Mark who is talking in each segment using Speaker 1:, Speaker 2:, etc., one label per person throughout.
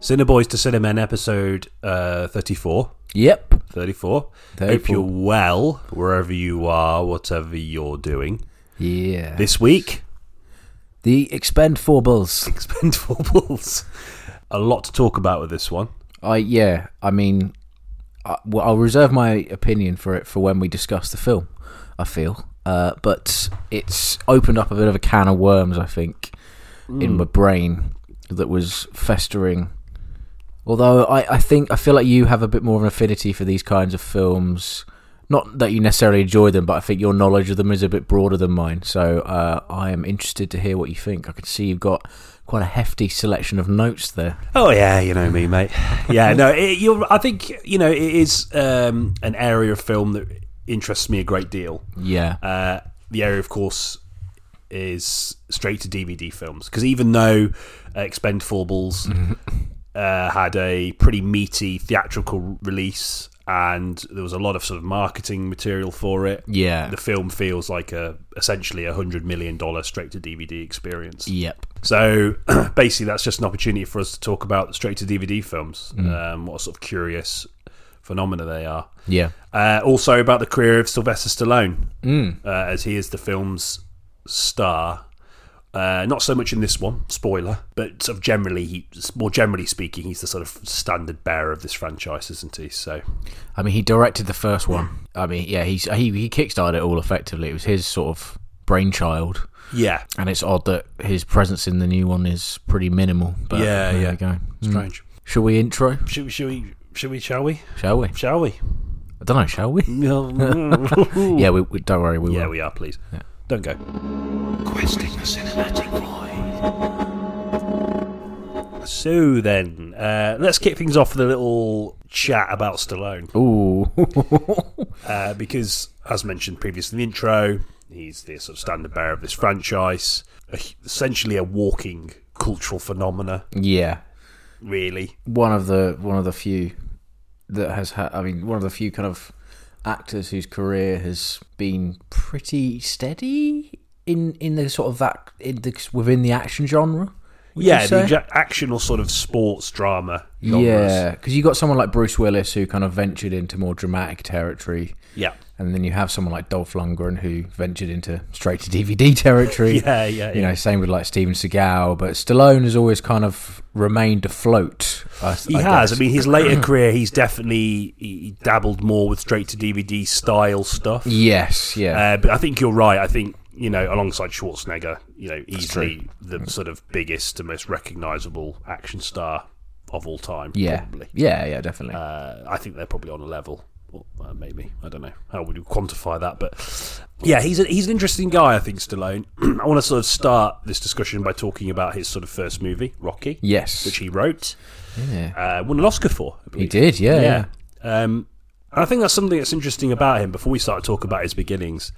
Speaker 1: Cineboys to Cinemen episode uh, 34.
Speaker 2: Yep.
Speaker 1: 34. Hope
Speaker 2: 34.
Speaker 1: you're well, wherever you are, whatever you're doing.
Speaker 2: Yeah.
Speaker 1: This week,
Speaker 2: the Expendables.
Speaker 1: Expendable Balls. A lot to talk about with this one.
Speaker 2: I yeah. I mean, I, well, I'll reserve my opinion for it for when we discuss the film. I feel, uh, but it's opened up a bit of a can of worms. I think
Speaker 1: Mm.
Speaker 2: in my brain that was festering. Although I, I think I feel like you have a bit more of an affinity for these kinds of films. Not that you necessarily enjoy them, but I think your knowledge of them is a bit broader than mine. So uh, I am interested to hear what you think. I can see you've got quite a hefty selection of notes there.
Speaker 1: Oh yeah, you know me, mate. Yeah, no, it, you're. I think you know it is um, an area of film that interests me a great deal.
Speaker 2: Yeah.
Speaker 1: Uh, the area, of course, is straight to DVD films because even though uh, Expendables uh, had a pretty meaty theatrical release and there was a lot of sort of marketing material for it,
Speaker 2: Yeah.
Speaker 1: the film feels like a essentially a hundred million dollar straight to DVD experience.
Speaker 2: Yep.
Speaker 1: So basically, that's just an opportunity for us to talk about straight to DVD films, um, what sort of curious phenomena they are.
Speaker 2: Yeah.
Speaker 1: Uh, also about the career of Sylvester Stallone,
Speaker 2: Mm.
Speaker 1: uh, as he is the film's star. Uh, not so much in this one, spoiler, but sort of generally, he, more generally speaking, he's the sort of standard bearer of this franchise, isn't he? So
Speaker 2: I mean, he directed the first one. I mean, yeah, he's, he he kickstarted it all effectively. It was his sort of brainchild.
Speaker 1: yeah,
Speaker 2: And it's odd that his presence in the new one is pretty minimal. But
Speaker 1: Yeah,
Speaker 2: there
Speaker 1: yeah.
Speaker 2: We go.
Speaker 1: Mm. strange.
Speaker 2: Shall we intro?
Speaker 1: Should, we- should we? Should we? Shall we?
Speaker 2: Shall we?
Speaker 1: Shall we?
Speaker 2: I don't know. Shall we? Yeah, we, we don't worry. We
Speaker 1: yeah,
Speaker 2: will.
Speaker 1: we are. Please don't go.
Speaker 3: questing the cinematic void.
Speaker 1: So then, uh, let's kick things off with a little chat about Stallone,
Speaker 2: Ooh.
Speaker 1: uh, because as mentioned previously in the intro, he's the sort of standard bearer of this franchise, a, essentially a walking cultural phenomena,
Speaker 2: yeah.
Speaker 1: really.
Speaker 2: One of the one of the few that has had. I mean, one of the few kind of actors whose career has been pretty steady in in the sort of that in the, within the action genre. would you
Speaker 1: yeah, the
Speaker 2: say?
Speaker 1: exa- action or sort of sports drama. Genres.
Speaker 2: yeah. Because you got someone like Bruce Willis who kind of ventured into more dramatic territory.
Speaker 1: yeah,
Speaker 2: And then you have someone like Dolph Lundgren who ventured into straight to DVD territory.
Speaker 1: yeah, yeah.
Speaker 2: You know, same with like Steven Seagal, but Stallone has always kind of remained afloat. I,
Speaker 1: He
Speaker 2: I
Speaker 1: has.
Speaker 2: guess.
Speaker 1: I mean, his later career, he's definitely he dabbled more with straight to DVD style stuff.
Speaker 2: yes, yeah,
Speaker 1: Uh, but I think you're right. I think you know, alongside Schwarzenegger, you know, easily the sort of biggest and most recognizable action star of all time.
Speaker 2: yeah,
Speaker 1: probably.
Speaker 2: yeah, yeah, definitely.
Speaker 1: Uh, I think they're probably on a level. Or, uh, maybe I don't know how would you quantify that, but yeah, he's a, he's an interesting guy. I think Stallone. I want to sort of start this discussion by talking about his sort of first movie, Rocky,
Speaker 2: yes,
Speaker 1: which he wrote,
Speaker 2: yeah.
Speaker 1: uh, won an Oscar for. I
Speaker 2: he
Speaker 1: believe.
Speaker 2: did. Yeah, yeah,
Speaker 1: Um, and I think that's something that's interesting about him. Before we start to talk about his beginnings,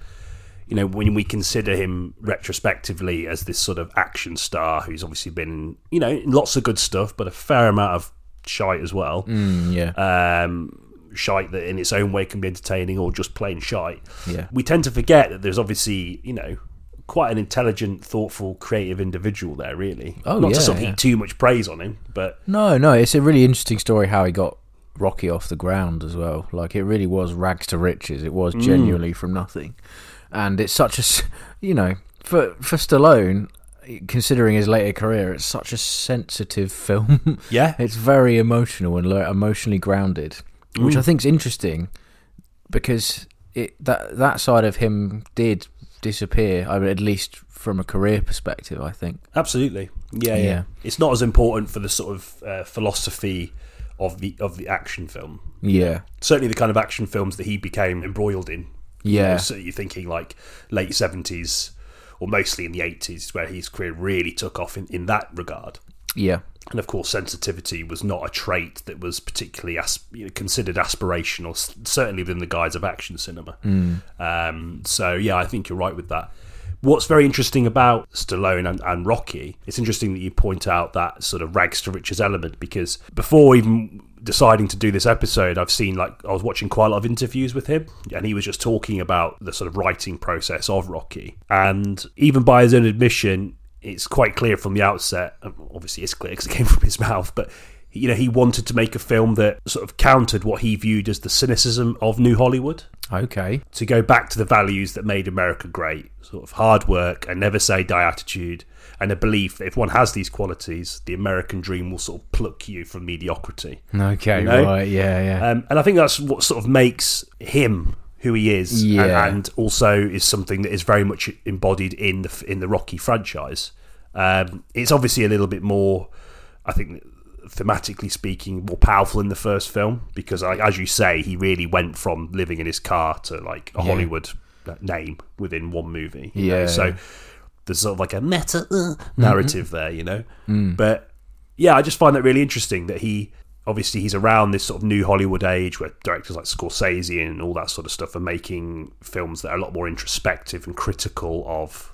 Speaker 1: you know, when we consider him retrospectively as this sort of action star who's obviously been, you know, in lots of good stuff, but a fair amount of shite as well.
Speaker 2: Mm, yeah.
Speaker 1: Um, shite that in its own way can be entertaining or just plain shite.
Speaker 2: Yeah.
Speaker 1: We tend to forget that there's obviously, you know, quite an intelligent, thoughtful, creative individual there, really.
Speaker 2: Oh,
Speaker 1: Not
Speaker 2: yeah,
Speaker 1: to sort of
Speaker 2: yeah.
Speaker 1: heap too much praise on him, but
Speaker 2: no, no, it's a really interesting story how he got Rocky off the ground as well. Like it really was rags to riches. It
Speaker 1: Mm.
Speaker 2: was genuinely from nothing, and it's such a, s- you know, for for Stallone, considering his later career, it's such a sensitive film.
Speaker 1: yeah.
Speaker 2: It's very emotional and lo- emotionally grounded, which I think's interesting because it that that side of him did disappear. I mean, at least from a career perspective, I think.
Speaker 1: Absolutely. Yeah, yeah.
Speaker 2: Yeah.
Speaker 1: It's not as important for the sort of uh, philosophy of the of the action film.
Speaker 2: Yeah,
Speaker 1: Certainly, the kind of action films that he became embroiled in. You
Speaker 2: yeah,
Speaker 1: know, so you're thinking like late seventies, or mostly in the eighties, where his career really took off in, in that regard.
Speaker 2: yeah,
Speaker 1: And of course, sensitivity was not a trait that was particularly as, you know, considered aspirational, s- certainly within the guise of action cinema. Um, so, yeah, I think you're right with that. What's very interesting about Stallone and, and Rocky, it's interesting that you point out that sort of rags to riches element because before even deciding to do this episode, I've seen like I was watching quite a lot of interviews with him, and he was just talking about the sort of writing process of Rocky. And even by his own admission, it's quite clear from the outset. and Obviously, it's clear because it came from his mouth, but you know, he wanted to make a film that sort of countered what he viewed as the cynicism of New Hollywood.
Speaker 2: Okay.
Speaker 1: To go back to the values that made America great, sort of hard work, a never say die attitude, and a belief that if one has these qualities, the American dream will sort of pluck you from mediocrity.
Speaker 2: Okay.
Speaker 1: You know?
Speaker 2: Right. Yeah. Yeah.
Speaker 1: Um, and I think that's what sort of makes him who he is,
Speaker 2: Yeah.
Speaker 1: and, and also is something that is very much embodied in the in the Rocky franchise. Um, it's obviously a little bit more, I think, thematically speaking, more powerful in the first film because, like, as you say, he really went from living in his car to like a Hollywood uh, name within one movie. you know?
Speaker 2: Yeah. Mm-hmm.
Speaker 1: so there's sort of like a meta uh, narrative there, you know.
Speaker 2: Mm.
Speaker 1: But yeah, I just find that really interesting that he obviously he's around this sort of new Hollywood age where directors like Scorsese and all that sort of stuff are making films that are a lot more introspective and critical of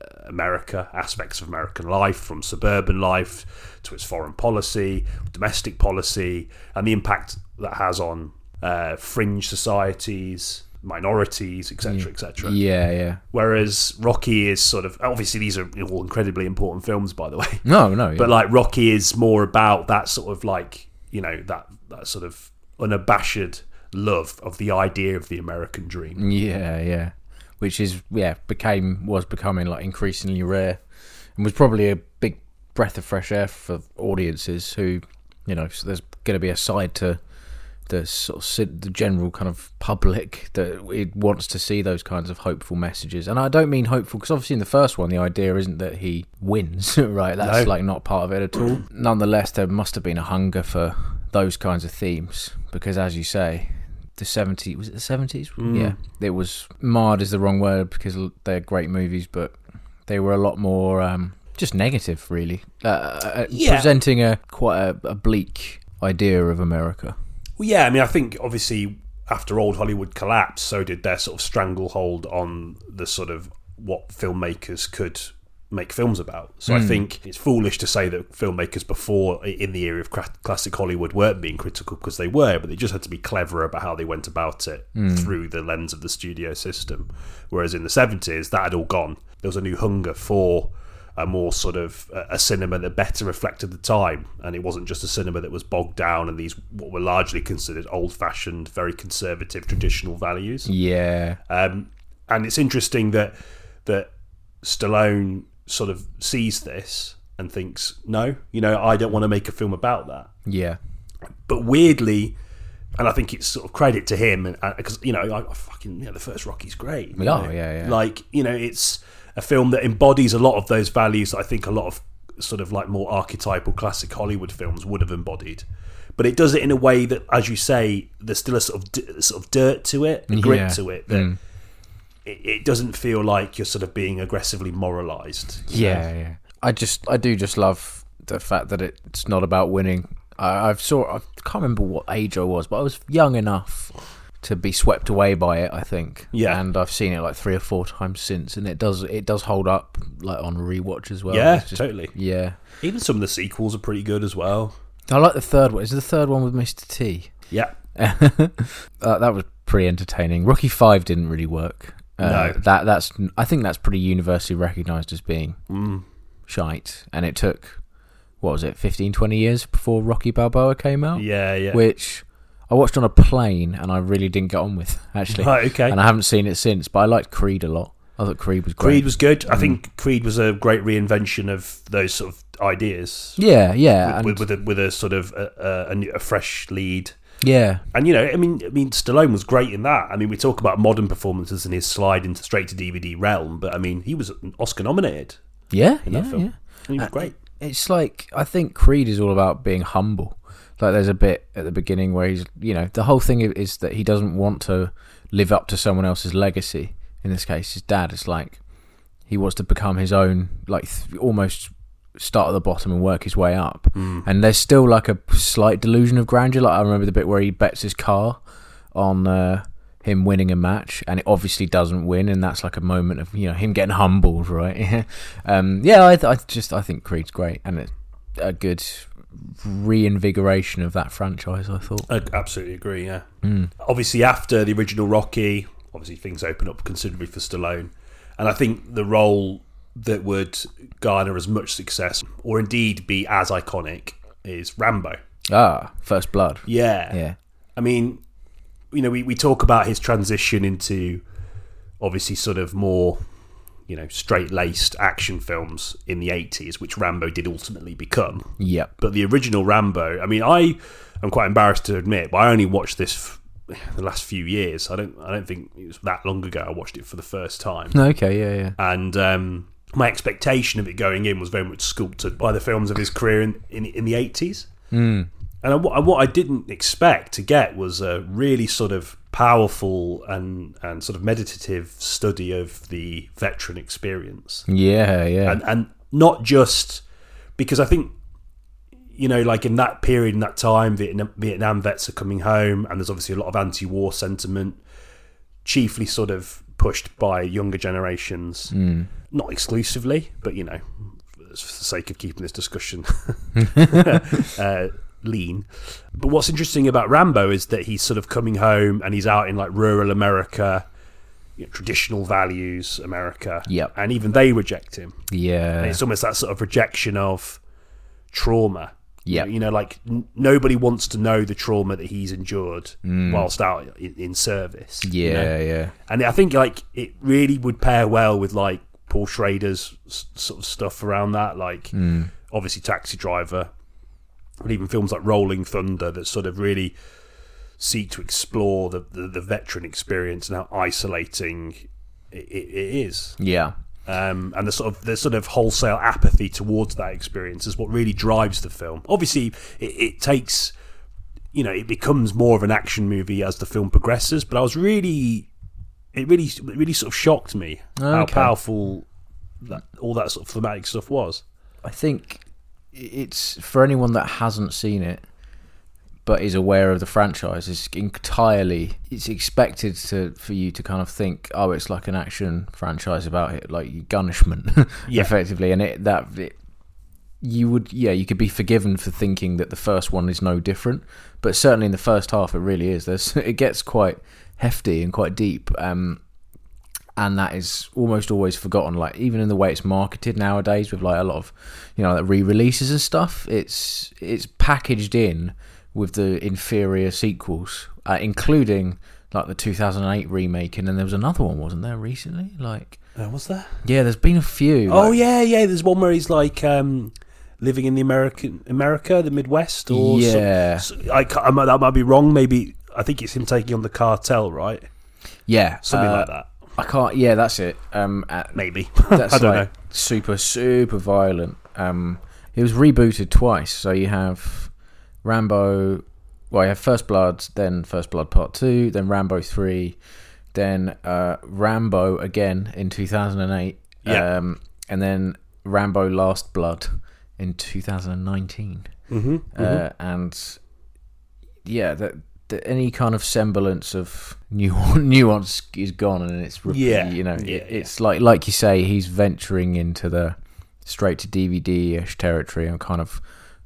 Speaker 1: uh, America, aspects of American life, from suburban life to its foreign policy, domestic policy, and the impact that has on uh, fringe societies, minorities, etc., etc.
Speaker 2: Yeah. Yeah.
Speaker 1: Whereas Rocky is sort of obviously these are all incredibly important films, by the way.
Speaker 2: No. No. Yeah.
Speaker 1: But like Rocky is more about that sort of like you know that that sort of unabashed love of the idea of the American dream.
Speaker 2: Yeah, yeah. Which is yeah, became was becoming like increasingly rare, and was probably a big breath of fresh air for audiences who, you know, so there's going to be a side to the sort of ci- the general kind of public that it wants to see those kinds of hopeful messages. And I don't mean hopeful because obviously in the first one the idea isn't that he wins, right? That's
Speaker 1: No.
Speaker 2: like not part of it at all. Nonetheless, there must have been a hunger for those kinds of themes because, as you say, the 70s was it the 70s
Speaker 1: Mm.
Speaker 2: yeah it was marred is the wrong word because l- they're great movies but they were a lot more um, just negative really uh, uh,
Speaker 1: Yeah.
Speaker 2: presenting a quite a, a bleak idea of america
Speaker 1: Well, yeah, I mean, I think obviously after old Hollywood collapsed, so did their sort of stranglehold on the sort of what filmmakers could make films about. So I think it's foolish to say that filmmakers before i- in the era of cra- classic Hollywood weren't being critical because they were, but they just had to be cleverer about how they went about it through the lens of the studio system. Whereas in the 70s, that had all gone. There was a new hunger for a more sort of a a cinema that better reflected the time and it wasn't just a cinema that was bogged down in these what were largely considered old-fashioned very conservative traditional values
Speaker 2: yeah
Speaker 1: um, and it's interesting that that Stallone sort of sees this and thinks no you know I don't want to make a film about that
Speaker 2: yeah
Speaker 1: but weirdly and I think it's sort of credit to him and because you know I, I fucking yeah the first Rocky's great you
Speaker 2: Oh,
Speaker 1: know?
Speaker 2: yeah, yeah.
Speaker 1: like you know it's a film that embodies a lot of those values that I think a lot of sort of like more archetypal classic Hollywood films would have embodied but it does it in a way that as you say there's still a sort of d- sort of dirt to it a grit
Speaker 2: Yeah. Mm.
Speaker 1: to it that it, it doesn't feel like you're sort of being aggressively moralized
Speaker 2: yeah yeah i just i do just love the fact that it's not about winning I, i've saw i can't remember what age i was but i was young enough to be swept away by it i think
Speaker 1: Yeah.
Speaker 2: and i've seen it like three or four times since and it does it does hold up like on rewatch as well
Speaker 1: yeah
Speaker 2: It's just-
Speaker 1: totally
Speaker 2: yeah
Speaker 1: even some of the sequels are pretty good as well
Speaker 2: I like the third one. Is the third one with Mr. T?
Speaker 1: yeah
Speaker 2: Uh, that was pretty entertaining. Rocky Five didn't really work. Uh,
Speaker 1: No.
Speaker 2: that that's I think that's pretty universally recognised as being
Speaker 1: Mm.
Speaker 2: shite, and it took what was it 15, 20 years before Rocky Balboa came out,
Speaker 1: yeah yeah
Speaker 2: which I watched on a plane and I really didn't get on with actually.
Speaker 1: Right, okay.
Speaker 2: and I haven't seen it since. But I liked Creed a lot. I thought Creed was great.
Speaker 1: Creed was good. I think Creed was a great reinvention of those sort of ideas
Speaker 2: yeah, yeah,
Speaker 1: with,
Speaker 2: and
Speaker 1: with, a, with a sort of uh, a, a, a new- a fresh lead.
Speaker 2: yeah,
Speaker 1: And you know, I mean, I mean, Stallone was great in that. I mean, we talk about modern performances and his slide into straight to DVD realm, but I mean, he was Oscar nominated.
Speaker 2: yeah,
Speaker 1: that
Speaker 2: yeah,
Speaker 1: film.
Speaker 2: yeah.
Speaker 1: And he was great.
Speaker 2: Uh, it's like I think Creed is all about being humble. Like there's a bit at the beginning where he's, you know, the whole thing is that he doesn't want to live up to someone else's legacy. In this case, his dad. It's like he wants to become his own, like th- almost start at the bottom and work his way up. And there's still like a slight delusion of grandeur. Like I remember the bit where he bets his car on uh, him winning a match, and it obviously doesn't win, and that's like a moment of you know him getting humbled, right? um, yeah, I, th- I just I think Creed's great, and it's a good reinvigoration of that franchise. I thought.
Speaker 1: I absolutely agree. Yeah. Obviously, after the original Rocky, obviously things open up considerably for Stallone, and I think the role that would garner as much success, or indeed be as iconic is Rambo.
Speaker 2: Ah, First Blood.
Speaker 1: Yeah.
Speaker 2: Yeah.
Speaker 1: I mean, you know, we, we talk about his transition into obviously sort of more, you know, straight laced action films in the 80s, which Rambo did ultimately become.
Speaker 2: Yep.
Speaker 1: But the original Rambo, I mean, I am quite embarrassed to admit, but I only watched this f- the last few years. I don't I don't think it was that long ago I watched it for the first time.
Speaker 2: Okay. Yeah. Yeah.
Speaker 1: And um, my expectation of it going in was very much sculpted by the films of his career in, in, in the 80s. And I, what I- what I didn't expect to get was a really sort of powerful and, and sort of meditative study of the veteran experience
Speaker 2: Yeah. Yeah.
Speaker 1: and and not just because I think you know like in that period in that time Vietnam, Vietnam vets are coming home and there's obviously a lot of anti-war sentiment chiefly sort of pushed by younger generations
Speaker 2: Mm.
Speaker 1: not exclusively but you know for the sake of keeping this discussion uh, lean but what's interesting about Rambo is that he's sort of coming home and he's out in like rural America you know, traditional values America
Speaker 2: Yep.
Speaker 1: and even they reject him
Speaker 2: yeah.
Speaker 1: and it's almost that sort of rejection of trauma.
Speaker 2: Yeah.
Speaker 1: You know, like n- nobody wants to know the trauma that he's endured whilst out in, in service. you
Speaker 2: Mm. yeah.
Speaker 1: know?
Speaker 2: Yeah.
Speaker 1: And I think like it really would pair well with like Paul Schrader's s- sort of stuff around that, like
Speaker 2: Mm.
Speaker 1: obviously Taxi Driver, but even films like Rolling Thunder that sort of really seek to explore the, the, the veteran experience and how isolating it, it, it is
Speaker 2: Yeah.
Speaker 1: um, and the sort of the sort of wholesale apathy towards that experience is what really drives the film. Obviously, it, it takes you know it becomes more of an action movie as the film progresses. But I was really it really it really sort of shocked me how
Speaker 2: Okay.
Speaker 1: powerful that, all that sort of thematic stuff was.
Speaker 2: I think it's for anyone that hasn't seen it but is aware of the franchise it's entirely it's expected to for you to kind of think oh it's like an action franchise about it like gunishment
Speaker 1: Yeah.
Speaker 2: effectively and it that it, you would yeah you could be forgiven for thinking that the first one is no different but certainly in the first half it really is there's it gets quite hefty and quite deep um and that is almost always forgotten. Like even in the way it's marketed nowadays, with like a lot of you know like re-releases and stuff, it's it's packaged in with the inferior sequels, uh, including like the 2008 remake, and then there was another one, wasn't there, recently? Like
Speaker 1: Uh, was there?
Speaker 2: yeah, there's been a few.
Speaker 1: Oh
Speaker 2: like-
Speaker 1: yeah, yeah. There's one where he's like. Um, Living in the American America, the Midwest, or some-
Speaker 2: Yeah.
Speaker 1: so- I, ca- I might, that might be wrong. Maybe I think it's him taking on the cartel, right?
Speaker 2: yeah,
Speaker 1: Something
Speaker 2: uh,
Speaker 1: like that.
Speaker 2: I can't. Yeah, that's it. Um, uh,
Speaker 1: Maybe
Speaker 2: that's
Speaker 1: I don't
Speaker 2: like
Speaker 1: know.
Speaker 2: super super violent. Um, it was rebooted twice, so you have Rambo. Well, you have First Blood, then First Blood Part Two, then Rambo Three, then uh, Rambo again in two thousand and eight.
Speaker 1: Yeah.
Speaker 2: Um, and then Rambo Last Blood in two thousand and nineteen.
Speaker 1: Mm-hmm.
Speaker 2: Uh, and yeah, that, that any kind of semblance of nuance, nuance is gone, and it's re-
Speaker 1: Yeah,
Speaker 2: you know
Speaker 1: yeah,
Speaker 2: it- it's like like you say, he's venturing into the straight to DVD ish territory and kind of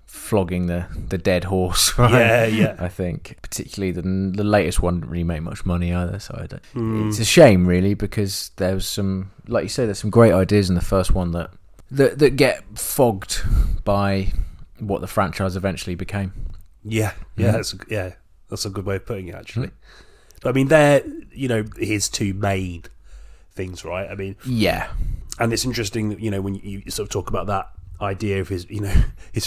Speaker 2: flogging the the dead horse. Mm-hmm. Right?
Speaker 1: Yeah, yeah.
Speaker 2: I think particularly the the latest one didn't really make much money either, so I don't,
Speaker 1: Hmm.
Speaker 2: it's a shame really because there was some like you say, there's some great ideas in the first one that that that get fogged by what the franchise eventually became.
Speaker 1: Yeah, yeah, that's a, yeah, that's a good way of putting it actually. But I mean, they're you know his two main things, right? I mean,
Speaker 2: Yeah,
Speaker 1: and it's interesting that you know when you sort of talk about that idea of his, you know, his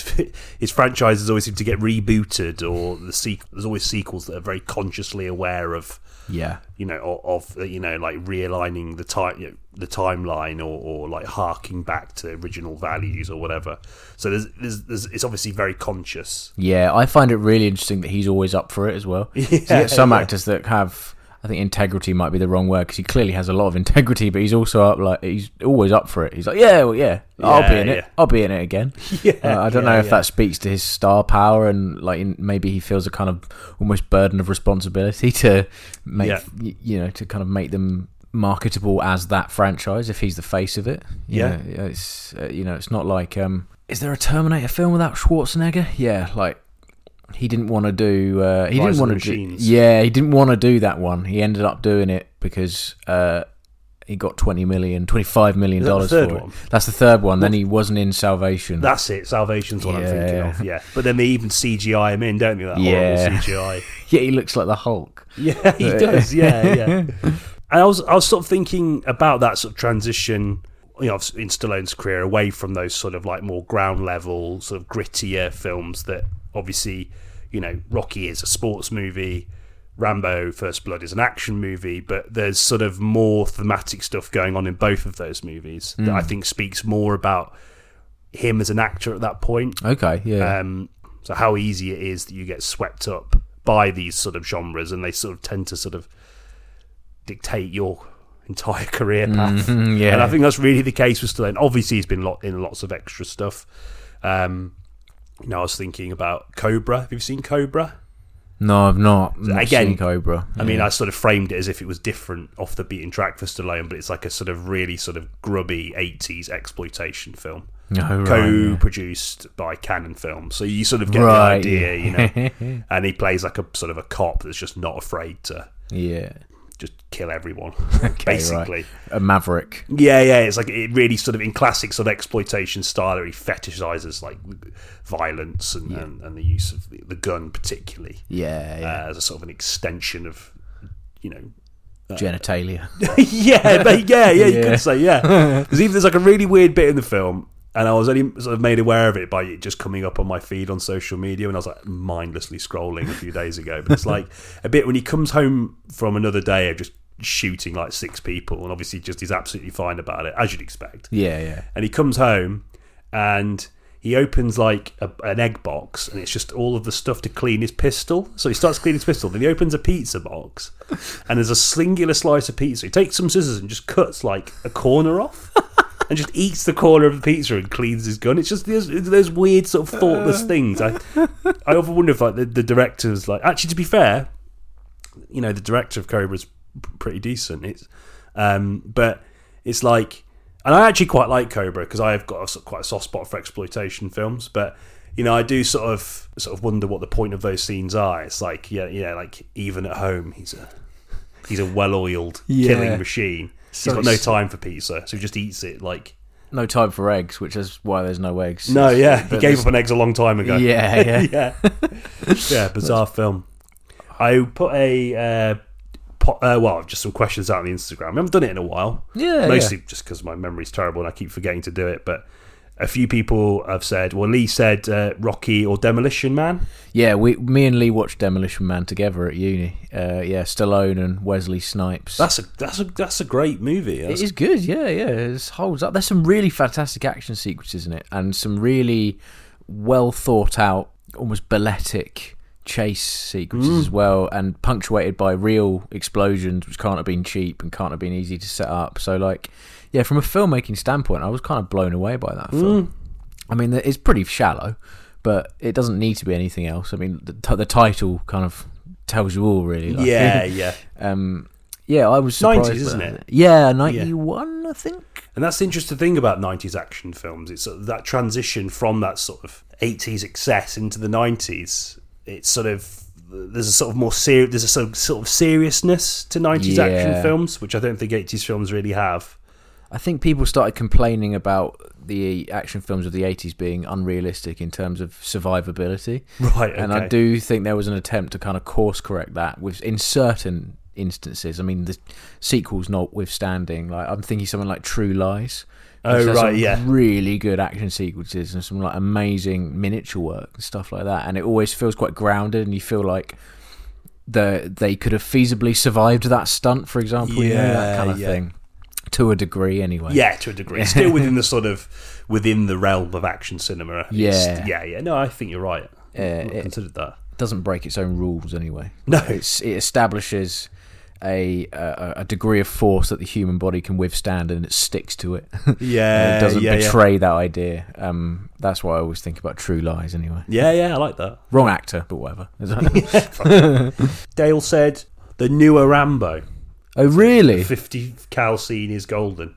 Speaker 1: his franchises always seem to get rebooted, or the sequ- there's always sequels that are very consciously aware of
Speaker 2: yeah,
Speaker 1: you know o- of, uh, you know like realigning the time you know, the timeline or, or like harking back to original values or whatever. So there's, there's, there's it's obviously very conscious.
Speaker 2: yeah. I find it really interesting that he's always up for it as well. So you get some actors that have. I think integrity might be the wrong word because he clearly has a lot of integrity, but he's also up like he's always up for it. He's like, yeah, well, yeah, I'll be
Speaker 1: Yeah,
Speaker 2: in
Speaker 1: yeah.
Speaker 2: it. I'll be in it again.
Speaker 1: Yeah,
Speaker 2: Uh, I don't
Speaker 1: yeah,
Speaker 2: know if
Speaker 1: yeah.
Speaker 2: that speaks to his star power and like in, maybe he feels a kind of almost burden of responsibility to make
Speaker 1: Yeah.
Speaker 2: y- you know to kind of make them marketable as that franchise if he's the face of it. You
Speaker 1: Yeah.
Speaker 2: know, it's uh, you know it's not like um, is there a Terminator film without Schwarzenegger? Yeah, like he didn't want to do uh, he
Speaker 1: Rise of
Speaker 2: didn't want
Speaker 1: the
Speaker 2: to do,
Speaker 1: Machines.
Speaker 2: yeah he didn't want to do that one. He ended up doing it because. Uh, he got 20 million, 25 million
Speaker 1: Is that the
Speaker 2: dollars
Speaker 1: third
Speaker 2: for it.
Speaker 1: one?
Speaker 2: That's the third one. Then he wasn't in Salvation.
Speaker 1: That's it. Salvation's what I'm thinking
Speaker 2: Yeah.
Speaker 1: of. Yeah, but then they even CGI him in, don't they? That
Speaker 2: Yeah.
Speaker 1: horrible CGI.
Speaker 2: yeah, he looks like the Hulk.
Speaker 1: Yeah, he does. Yeah, yeah. And I was, I was sort of thinking about that sort of transition, you know, in Stallone's career away from those sort of like more ground level, sort of grittier films that obviously, you know, Rocky is a sports movie, Rambo First Blood is an action movie, but there's sort of more thematic stuff going on in both of those movies that I think speaks more about him as an actor at that point.
Speaker 2: Okay, yeah.
Speaker 1: Um, so how easy it is that you get swept up by these sort of genres, and they sort of tend to sort of dictate your entire career path.
Speaker 2: Mhm, yeah.
Speaker 1: and I think that's really the case with Stallone. Obviously, he's been lot in lots of extra stuff. Um, you know, I was thinking about Cobra. Have you seen Cobra?
Speaker 2: no, I've not. I've not
Speaker 1: Again,
Speaker 2: seen Cobra.
Speaker 1: I mean, I sort of framed it as if it was different off the beaten track for Stallone, but it's like a sort of really sort of grubby '80s exploitation film
Speaker 2: no, right, yeah.
Speaker 1: co-produced by Canon Films. So you sort of get
Speaker 2: Right,
Speaker 1: the idea,
Speaker 2: yeah.
Speaker 1: you know. and he plays like a sort of a cop that's just not afraid to
Speaker 2: yeah,
Speaker 1: just kill everyone,
Speaker 2: Okay, right.
Speaker 1: basically.
Speaker 2: a maverick.
Speaker 1: Yeah, yeah. It's like it really sort of in classic sort of exploitation style, he fetishizes like violence and, and, and the use of the, the gun, particularly
Speaker 2: Yeah, yeah.
Speaker 1: uh, as a sort of an extension of, you know,
Speaker 2: Uh, genitalia.
Speaker 1: yeah, but yeah, yeah, you
Speaker 2: Yeah.
Speaker 1: could say yeah. Because even there's like a really weird bit in the film, and I was only sort of made aware of it by it just coming up on my feed on social media, and I was like mindlessly scrolling a few days ago. But it's like a bit when he comes home from another day of just shooting like six people, and obviously just he's absolutely fine about it, as you'd expect.
Speaker 2: yeah, yeah.
Speaker 1: And he comes home, and. He opens like a, an egg box, and it's just all of the stuff to clean his pistol. So he starts cleaning his pistol. Then he opens a pizza box, and there's a singular slice of pizza. He takes some scissors and just cuts like a corner off, and just eats the corner of the pizza and cleans his gun. It's just those, those weird sort of thoughtless things. I, I often wonder if like the, the director's like. Actually, to be fair, you know, the director of Cobra's p- pretty decent. It's, um, but it's like, and I actually quite like Cobra because I have got a, s- quite a soft spot for exploitation films, but. You know, I do sort of sort of wonder what the point of those scenes are. It's like, yeah, yeah, like even at home, he's a he's a well-oiled
Speaker 2: Yeah.
Speaker 1: killing machine.
Speaker 2: So
Speaker 1: he's got no
Speaker 2: it's-
Speaker 1: time for pizza, so he just eats it like.
Speaker 2: No time for eggs, which is why there's no eggs.
Speaker 1: No, yeah, he
Speaker 2: But
Speaker 1: gave
Speaker 2: there's-
Speaker 1: up on eggs a long time ago.
Speaker 2: Yeah, yeah.
Speaker 1: yeah, yeah. Bizarre film. I put a uh, po- uh, well, just some questions out on the Instagram. I haven't done it in a while.
Speaker 2: Yeah,
Speaker 1: mostly just because my memory's terrible and I keep forgetting to do it, but. A few people have said, well, Lee said uh, Rocky or Demolition Man.
Speaker 2: Yeah, we, me and Lee watched Demolition Man together at uni. Uh, yeah, Stallone and Wesley Snipes.
Speaker 1: That's a that's a that's a great movie.
Speaker 2: it
Speaker 1: That's-
Speaker 2: is good. Yeah, yeah, it holds up. There's some really fantastic action sequences in it, and some really well thought out, almost balletic chase sequences as well, and punctuated by real explosions, which can't have been cheap and can't have been easy to set up. So, like, yeah, from a filmmaking standpoint, I was kind of blown away by that film. I mean, it's pretty shallow, but it doesn't need to be anything else. I mean, the, t- the title kind of tells you all, really. Like,
Speaker 1: yeah, yeah.
Speaker 2: um, yeah, I was
Speaker 1: 90s,
Speaker 2: surprised. by
Speaker 1: isn't
Speaker 2: that.
Speaker 1: it?
Speaker 2: Yeah, ninety one, I think.
Speaker 1: And that's the interesting thing about 90s action films. It's sort of that transition from that sort of 80s excess into the 90s. It's sort of there's a sort of more serious there's a sort of, sort of seriousness to 90s
Speaker 2: Yeah.
Speaker 1: action films, which I don't think 80s films really have.
Speaker 2: I think people started complaining about the action films of the eighties being unrealistic in terms of survivability,
Speaker 1: Right,
Speaker 2: and I
Speaker 1: okay.
Speaker 2: do think there was an attempt to kind of course correct that with in certain instances. I mean, the sequels notwithstanding, like I'm thinking something like True Lies. which
Speaker 1: Oh,
Speaker 2: has some
Speaker 1: right, yeah.
Speaker 2: Really good action sequences and some like amazing miniature work and stuff like that, and it always feels quite grounded, and you feel like the they could have feasibly survived that stunt, for example. you know, that
Speaker 1: Yeah,
Speaker 2: kind of
Speaker 1: yeah.
Speaker 2: thing, to a degree, anyway.
Speaker 1: Yeah, to a degree. Still within the sort of within the realm of action cinema. It's-
Speaker 2: Yeah.
Speaker 1: yeah, yeah. No, I think you're right.
Speaker 2: Yeah,
Speaker 1: I've not
Speaker 2: Uh, it-
Speaker 1: considered that.
Speaker 2: doesn't break its own rules anyway.
Speaker 1: No.
Speaker 2: it's, it establishes a, a a degree of force that the human body can withstand, and it sticks to it. And
Speaker 1: Yeah,
Speaker 2: it doesn't
Speaker 1: yeah, yeah.
Speaker 2: betray that idea. Um, that's why I always think about True Lies anyway.
Speaker 1: Yeah, yeah, I like that.
Speaker 2: Wrong actor, but whatever. Is that-
Speaker 1: Dale said the newer Rambo.
Speaker 2: oh really?
Speaker 1: 50 cal scene is golden.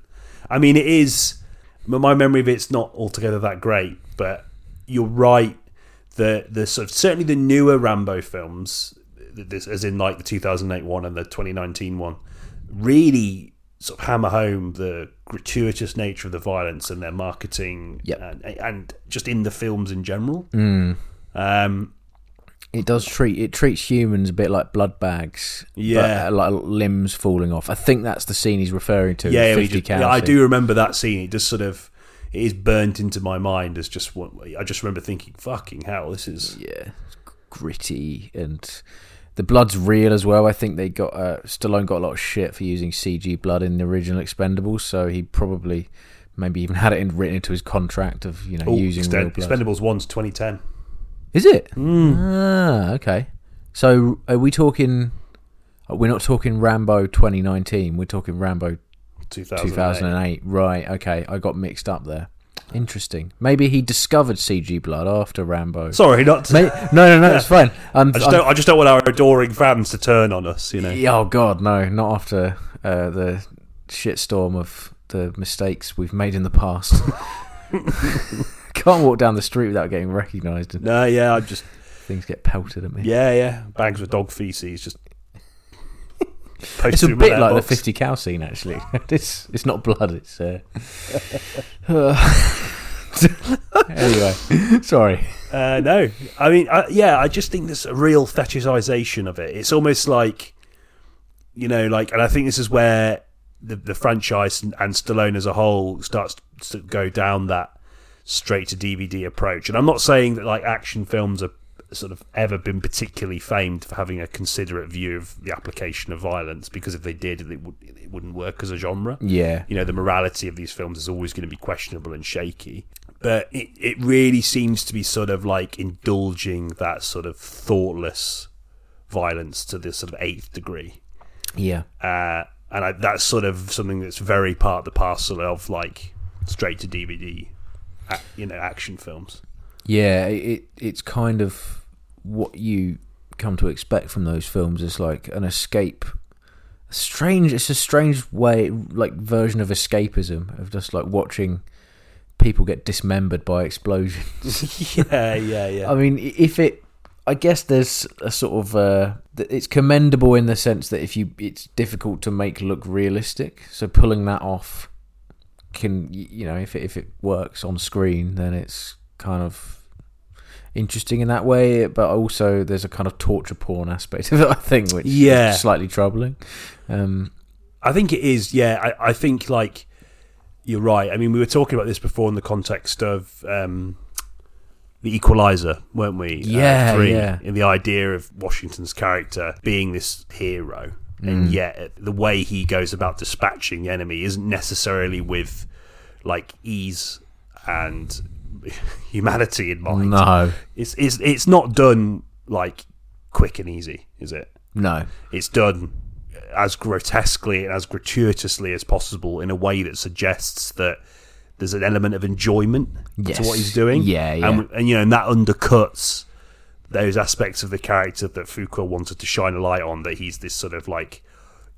Speaker 1: I mean, it is. m- My memory of it's not altogether that great, but you're right. The the sort of certainly the newer Rambo films, th- this as in like the 2008 one and the 2019 one, really sort of hammer home the gratuitous nature of the violence and their marketing
Speaker 2: Yep.
Speaker 1: and, and just in the films in general.
Speaker 2: Mm.
Speaker 1: Um,
Speaker 2: It does treat it treats humans a bit like blood bags,
Speaker 1: Yeah.
Speaker 2: but, uh, like limbs falling off. I think that's the scene he's referring to.
Speaker 1: yeah,
Speaker 2: the
Speaker 1: we
Speaker 2: 50
Speaker 1: just-
Speaker 2: cal
Speaker 1: yeah, I
Speaker 2: scene.
Speaker 1: do remember that scene. It just sort of it is burnt into my mind as just what I just remember thinking, "Fucking hell, this is."
Speaker 2: Yeah, it's g- gritty and the blood's real as well. I think they got uh, Stallone got a lot of shit for using CG blood in the original Expendables, so he probably maybe even had it in, written into his contract of you know
Speaker 1: Oh,
Speaker 2: using
Speaker 1: Extend-
Speaker 2: real blood.
Speaker 1: Expendables Hmm. one's twenty ten.
Speaker 2: Is it? Ah, okay. So are we talking? uh, We're not talking Rambo 2019. We're talking Rambo
Speaker 1: 2008.
Speaker 2: 2008. Right. Okay. I got mixed up there. Interesting. Maybe he discovered CG blood after Rambo.
Speaker 1: Sorry, not. To,
Speaker 2: May- no, no, no. It's fine. Um,
Speaker 1: I just
Speaker 2: I'm-
Speaker 1: don't. I just don't want our adoring fans to turn on us. You know.
Speaker 2: Yeah, Oh God, no! Not after uh, the shitstorm of the mistakes we've made in the past. Can't walk down the street without getting recognised, and
Speaker 1: No, yeah, I just.
Speaker 2: things get pelted at me.
Speaker 1: Yeah, yeah. Bags with dog feces just.
Speaker 2: it's a bit like the fifty cow scene, actually. it's it's not blood. It's uh... anyway. Sorry.
Speaker 1: Uh, no, I mean, I, yeah, I just think there's a real fetishization of it. It's almost like, you know, like, and I think this is where the the franchise and, and Stallone as a whole starts to go down that straight to DVD approach. And I'm not saying that like action films are sort of ever been particularly famed for having a considerate view of the application of violence, because if they did, it would it wouldn't work as a genre
Speaker 2: Yeah.
Speaker 1: you know the morality of these films is always going to be questionable and shaky but it, it really seems to be sort of like indulging that sort of thoughtless violence to this sort of eighth degree
Speaker 2: Yeah.
Speaker 1: uh, and I, that's sort of something that's very part of the parcel of like straight to dvd ac- you know action films
Speaker 2: Yeah, it it's kind of what you come to expect from those films is like an escape. Strange, it's a strange way, like version of escapism of just like watching people get dismembered by explosions.
Speaker 1: yeah Uh, yeah yeah
Speaker 2: I mean, i- if it, I guess there's a sort of, uh, th- it's commendable in the sense that if you, it's difficult to make look realistic. So pulling that off can, y- you know, if it, if it works on screen, then it's kind of interesting in that way. But also, there's a kind of torture porn aspect of it, I think, which
Speaker 1: Yeah.
Speaker 2: is slightly troubling. Um,
Speaker 1: I think it is. Yeah, I, I think like you're right. I mean, we were talking about this before in the context of um, the Equalizer, weren't we? Uh,
Speaker 2: Yeah, yeah.
Speaker 1: In the idea of Washington's character being this hero,
Speaker 2: Mm.
Speaker 1: and yet the way he goes about dispatching the enemy isn't necessarily with like ease and humanity in mind.
Speaker 2: no,
Speaker 1: It's it's it's not done like quick and easy, is it?
Speaker 2: no,
Speaker 1: it's done as grotesquely and as gratuitously as possible in a way that suggests that there's an element of enjoyment
Speaker 2: Yes.
Speaker 1: to what he's doing.
Speaker 2: Yeah, yeah.
Speaker 1: And, and you know, and that undercuts those aspects of the character that Foucault wanted to shine a light on. That he's this sort of like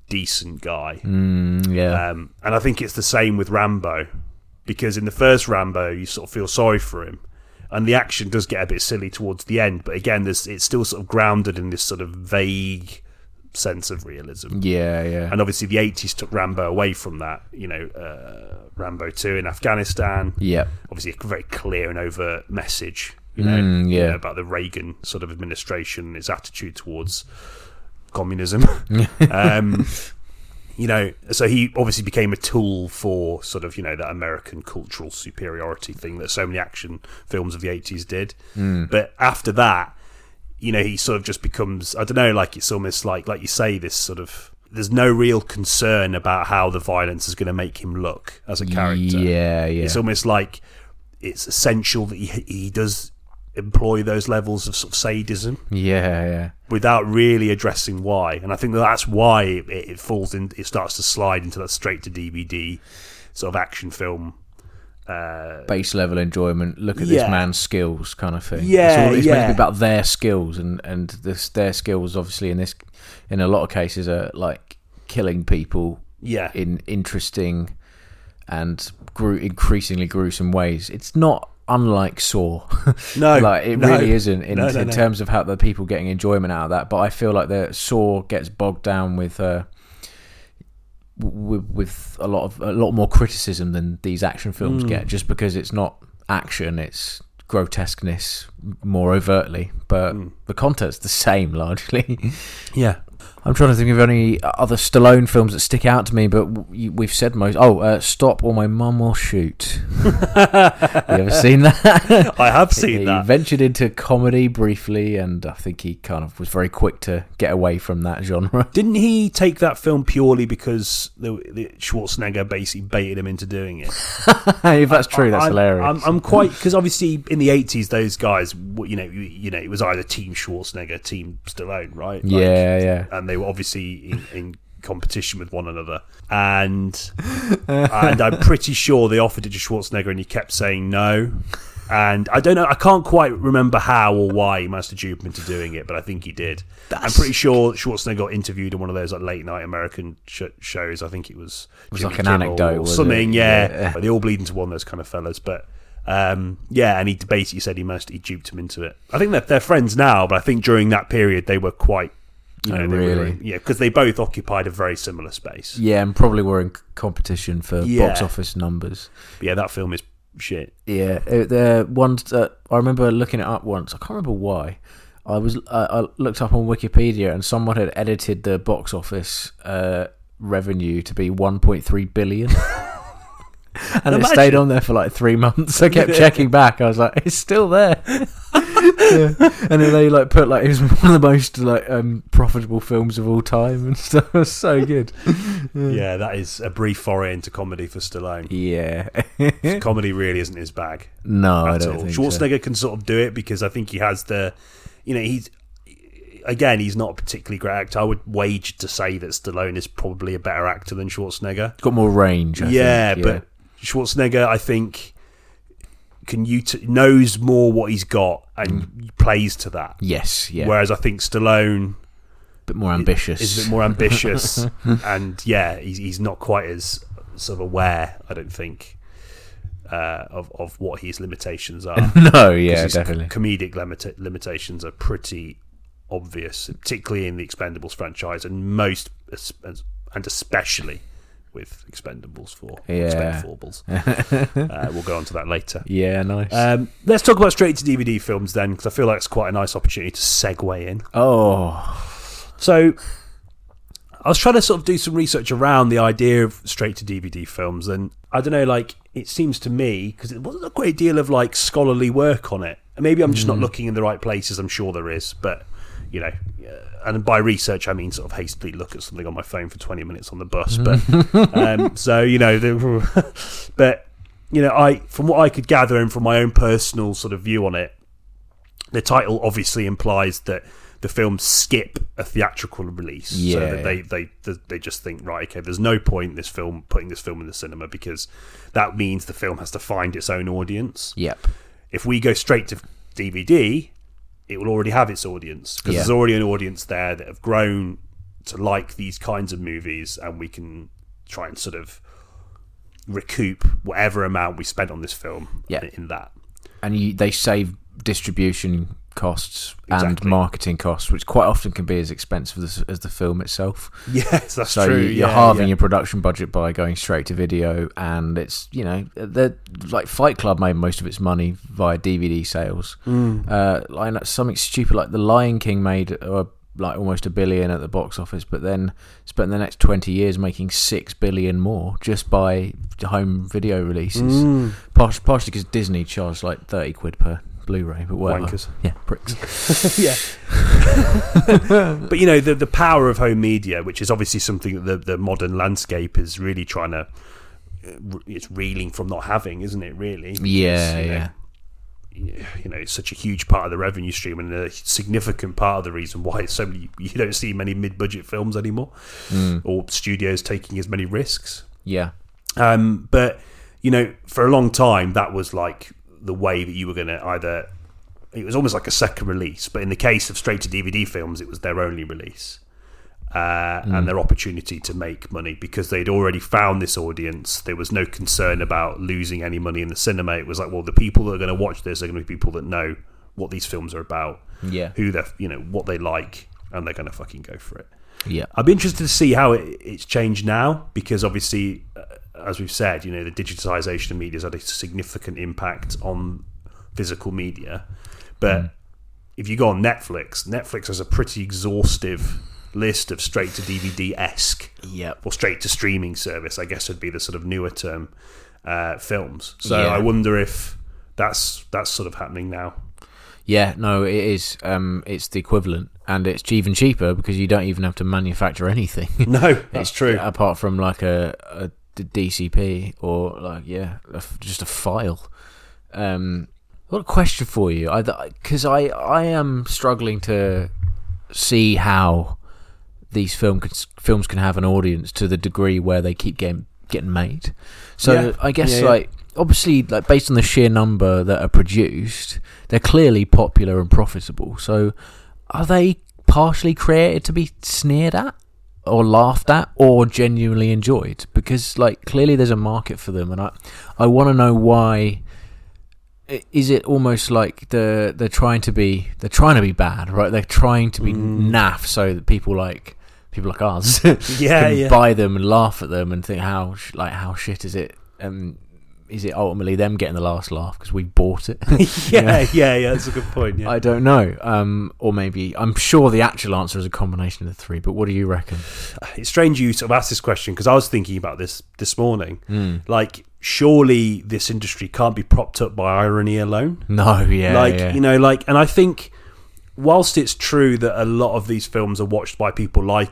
Speaker 1: decent guy.
Speaker 2: Mm, yeah,
Speaker 1: Um, and I think it's the same with Rambo, because in the first Rambo, you sort of feel sorry for him, and the action does get a bit silly towards the end. But again, there's, it's still sort of grounded in this sort of vague sense of realism.
Speaker 2: yeah, yeah,
Speaker 1: And obviously, the '80s took Rambo away from that. You know, uh, Rambo Two in Afghanistan.
Speaker 2: yeah,
Speaker 1: Obviously, a very clear and overt message. You know,
Speaker 2: Mm,
Speaker 1: you
Speaker 2: yeah.
Speaker 1: know, about the Reagan sort of administration, and its attitude towards communism. um, you know, so he obviously became a tool for sort of you know that American cultural superiority thing that so many action films of the eighties did.
Speaker 2: Mm.
Speaker 1: But after that, you know, he sort of just becomes I don't know, like it's almost like like you say this sort of there's no real concern about how the violence is going to make him look as a character.
Speaker 2: yeah, yeah.
Speaker 1: It's almost like it's essential that he, he does employ those levels of sort of sadism
Speaker 2: yeah, yeah.
Speaker 1: without really addressing why. And I think that that's why it, it falls in. It starts to slide into that straight to DVD sort of action film. Uh,
Speaker 2: base level enjoyment. Look at
Speaker 1: Yeah.
Speaker 2: this man's skills, kind of thing. it's
Speaker 1: Yeah,
Speaker 2: all, it's meant
Speaker 1: yeah.
Speaker 2: to be about their skills, and and this their skills, obviously, in this, in a lot of cases, are like killing people
Speaker 1: yeah,
Speaker 2: in interesting and gru- increasingly gruesome ways. It's not unlike Saw.
Speaker 1: No,
Speaker 2: like it
Speaker 1: no.
Speaker 2: really isn't in,
Speaker 1: No, no,
Speaker 2: in
Speaker 1: no.
Speaker 2: terms of how the people getting enjoyment out of that. But I feel like the Saw gets bogged down with. Uh, with, with a lot of a lot more criticism than these action
Speaker 1: Hmm.
Speaker 2: films get, just because it's not action, it's grotesqueness more overtly, but
Speaker 1: Hmm.
Speaker 2: the content's the same largely.
Speaker 1: Yeah.
Speaker 2: I'm trying to think of any other Stallone films that stick out to me, but w- you- we've said most. Oh, uh, Stop or My Mum Will Shoot. you ever seen that?
Speaker 1: I have
Speaker 2: he
Speaker 1: seen that.
Speaker 2: ventured into comedy briefly, and I think he kind of was very quick to get away from that genre.
Speaker 1: Didn't he take that film purely because the, the Schwarzenegger basically baited him into doing it?
Speaker 2: if that's true, that's
Speaker 1: I'm,
Speaker 2: hilarious.
Speaker 1: I'm, I'm quite because obviously in the eighties, those guys, w- you know, you, you know, it was either Team Schwarzenegger, Team Stallone, right? Like,
Speaker 2: yeah, yeah.
Speaker 1: and they were obviously in, in competition with one another. And and I'm pretty sure they offered it to Schwarzenegger, and he kept saying no. And I don't know, I can't quite remember how or why he managed to dupe him into doing it, but I think he did. I'm pretty sure Schwarzenegger got interviewed in one of those like late night American sh- shows. I think it was, it
Speaker 2: was like an anecdote,
Speaker 1: or
Speaker 2: was it?
Speaker 1: something. Yeah,
Speaker 2: Yeah.
Speaker 1: they all bleed into one. Those kind of fellas, but. Um, yeah, and he basically said he managed he duped him into it. I think that they're friends now, but I think during that period they were quite you
Speaker 2: Oh,
Speaker 1: know, they were-
Speaker 2: really?
Speaker 1: yeah, because they both occupied a very similar space. Yeah,
Speaker 2: Yeah, and probably were in c- competition for box
Speaker 1: Yeah.
Speaker 2: office numbers.
Speaker 1: that film is shit.
Speaker 2: Yeah, uh, the ones that I remember looking it up once. I can't remember why. I was uh, I looked up on Wikipedia and someone had edited the box office uh, revenue to be 1.3 billion. And it stayed
Speaker 1: Imagine.
Speaker 2: on there for like three months. I kept checking back. I was like, "It's still there." Yeah. And then they like put like it was one of the most like um, profitable films of all time and stuff. It was so good. Hmm.
Speaker 1: Yeah, that is a brief foray into comedy for Stallone.
Speaker 2: Yeah.
Speaker 1: Comedy really isn't his bag
Speaker 2: no, I
Speaker 1: at
Speaker 2: don't
Speaker 1: all.
Speaker 2: think so.
Speaker 1: Schwarzenegger can sort of do it because I think he has the, you know, he's again he's not a particularly great actor. I would wager to say that Stallone is probably a better actor than Schwarzenegger.
Speaker 2: Got more range. I
Speaker 1: yeah,
Speaker 2: think.
Speaker 1: but Schwarzenegger, I think, can you t- knows more what he's got and plays to that.
Speaker 2: yes, Hmm. yeah.
Speaker 1: Whereas I think Stallone
Speaker 2: bit more ambitious.
Speaker 1: is a bit more ambitious, and yeah, he's, he's not quite as sort of aware. I don't think uh, of of what his limitations are.
Speaker 2: no, yeah,
Speaker 1: His
Speaker 2: definitely.
Speaker 1: comedic limita- limitations are pretty obvious, particularly in the Expendables franchise, and most and especially with Expendables four,
Speaker 2: Yeah.
Speaker 1: Expendables. uh, we'll go on to that later.
Speaker 2: yeah, nice.
Speaker 1: Um, let's talk about straight to DVD films then, because I feel like it's quite a nice opportunity to segue in.
Speaker 2: oh,
Speaker 1: So I was trying to sort of do some research around the idea of straight to DVD films, and I don't know, like it seems to me because it wasn't a great deal of like scholarly work on it. And maybe I'm just not looking in the right places. I'm sure there is, but you know, uh, and by research I mean sort of hastily look at something on my phone for 20 minutes on the bus. But um, so you know, the, but you know, I from what I could gather and from my own personal sort of view on it, the title obviously implies that the films skip a theatrical release. So
Speaker 2: Yeah.
Speaker 1: that they, they they they just think right, okay, there's no point in this film putting this film in the cinema because that means the film has to find its own audience.
Speaker 2: yep.
Speaker 1: If we go straight to DVD, it will already have its audience because
Speaker 2: Yeah.
Speaker 1: there's already an audience there that have grown to like these kinds of movies, and we can try and sort of recoup whatever amount we spent on this film
Speaker 2: Yeah.
Speaker 1: in that.
Speaker 2: And you, they save distribution costs and
Speaker 1: Exactly.
Speaker 2: marketing costs, which quite often can be as expensive as, as the film itself.
Speaker 1: Yes, that's
Speaker 2: So
Speaker 1: true.
Speaker 2: you- you're
Speaker 1: yeah,
Speaker 2: halving
Speaker 1: yeah.
Speaker 2: your production budget by going straight to video, and it's you know they're like Fight Club made most of its money via DVD sales.
Speaker 1: Mm.
Speaker 2: Uh, like like something stupid like The Lion King made uh, like almost a billion at the box office, but then spent the next twenty years making six billion more just by home video releases.
Speaker 1: Mm.
Speaker 2: Par- partially because Disney charged like thirty quid per Blu-ray, but whatever.
Speaker 1: Wankers.
Speaker 2: Yeah, pricks.
Speaker 1: yeah. but you know the the power of home media, which is obviously something that the, the modern landscape is really trying to. uh, It's reeling from not having, isn't it? Really?
Speaker 2: Yeah,
Speaker 1: Because, you know,
Speaker 2: yeah.
Speaker 1: you know, it's such a huge part of the revenue stream and a significant part of the reason why so many you don't see many mid-budget films anymore, or studios taking as many risks.
Speaker 2: Yeah.
Speaker 1: Um, but you know, for a long time, that was like the way that you were going to either. It was almost like a second release, but in the case of straight to DVD films, it was their only release uh, and their opportunity to make money because they'd already found this audience. There was no concern about losing any money in the cinema. It was like, well, the people that are going to watch this are going to be people that know what these films are about,
Speaker 2: Yeah.
Speaker 1: who they are you know what they like, and they're going to fucking go for it.
Speaker 2: Yeah.
Speaker 1: I'd be interested to see how it, it's changed now because obviously, uh, as we've said, you know, the digitization of media has had a significant impact on physical media. But
Speaker 2: Mm.
Speaker 1: if you go on Netflix, Netflix has a pretty exhaustive list of straight to DVD esque
Speaker 2: Yep.
Speaker 1: or straight to streaming service, I guess would be the sort of newer term uh, films. So
Speaker 2: Yeah.
Speaker 1: I wonder if that's that's sort of happening now.
Speaker 2: Yeah, no, it is. Um, it's the equivalent, and it's even cheaper because you don't even have to manufacture anything.
Speaker 1: No, that's true.
Speaker 2: apart from like a, a d- DCP or like yeah, a f- just a file. Um, I've got a question for you, because I, I am struggling to see how these film can, films can have an audience to the degree where they keep getting getting made. So
Speaker 1: Yeah.
Speaker 2: I guess
Speaker 1: Yeah, yeah.
Speaker 2: like obviously like based on the sheer number that are produced, they're clearly popular and profitable. So are they partially created to be sneered at or laughed at or genuinely enjoyed? Because like clearly there's a market for them, and I I want to know why. i- Is it almost like the they're trying to be they're trying to be bad, right? They're trying to be
Speaker 1: Mm.
Speaker 2: naff so that people like people like us
Speaker 1: Yeah,
Speaker 2: can
Speaker 1: yeah.
Speaker 2: buy them and laugh at them and think how sh- like how shit is it? Um, is it ultimately them getting the last laugh because we bought it?
Speaker 1: yeah, yeah, yeah. That's a good point. Yeah.
Speaker 2: I don't know. Um, or maybe I'm sure the actual answer is a combination of the three. But what do you reckon?
Speaker 1: it's strange you sort of asked this question because I was thinking about this this morning.
Speaker 2: Hmm.
Speaker 1: Like, surely this industry can't be propped up by irony alone.
Speaker 2: No, yeah,
Speaker 1: like,
Speaker 2: yeah.
Speaker 1: you know, like, and I think whilst it's true that a lot of these films are watched by people like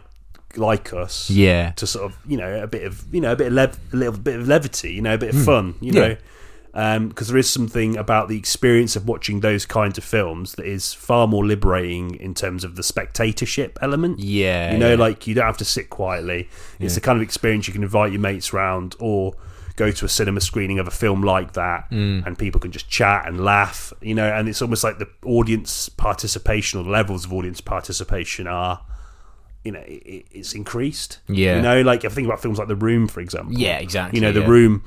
Speaker 1: like us,
Speaker 2: yeah,
Speaker 1: to sort of you know a bit of you know a bit of lev- a little bit of levity, you know, a bit of fun, you
Speaker 2: Hmm. Yeah.
Speaker 1: know. Because there is something about the experience of watching those kinds of films that is far more liberating in terms of the spectatorship element.
Speaker 2: yeah.
Speaker 1: You know,
Speaker 2: yeah.
Speaker 1: like you don't have to sit quietly. It's the kind of experience you can invite your mates round or go to a cinema screening of a film like that
Speaker 2: Mm.
Speaker 1: and people can just chat and laugh, you know, and it's almost like the audience participation or the levels of audience participation are you know, it, it's increased.
Speaker 2: Yeah.
Speaker 1: You know, like if I think about films like The Room, for example.
Speaker 2: Yeah, exactly,
Speaker 1: You know, The
Speaker 2: yeah.
Speaker 1: Room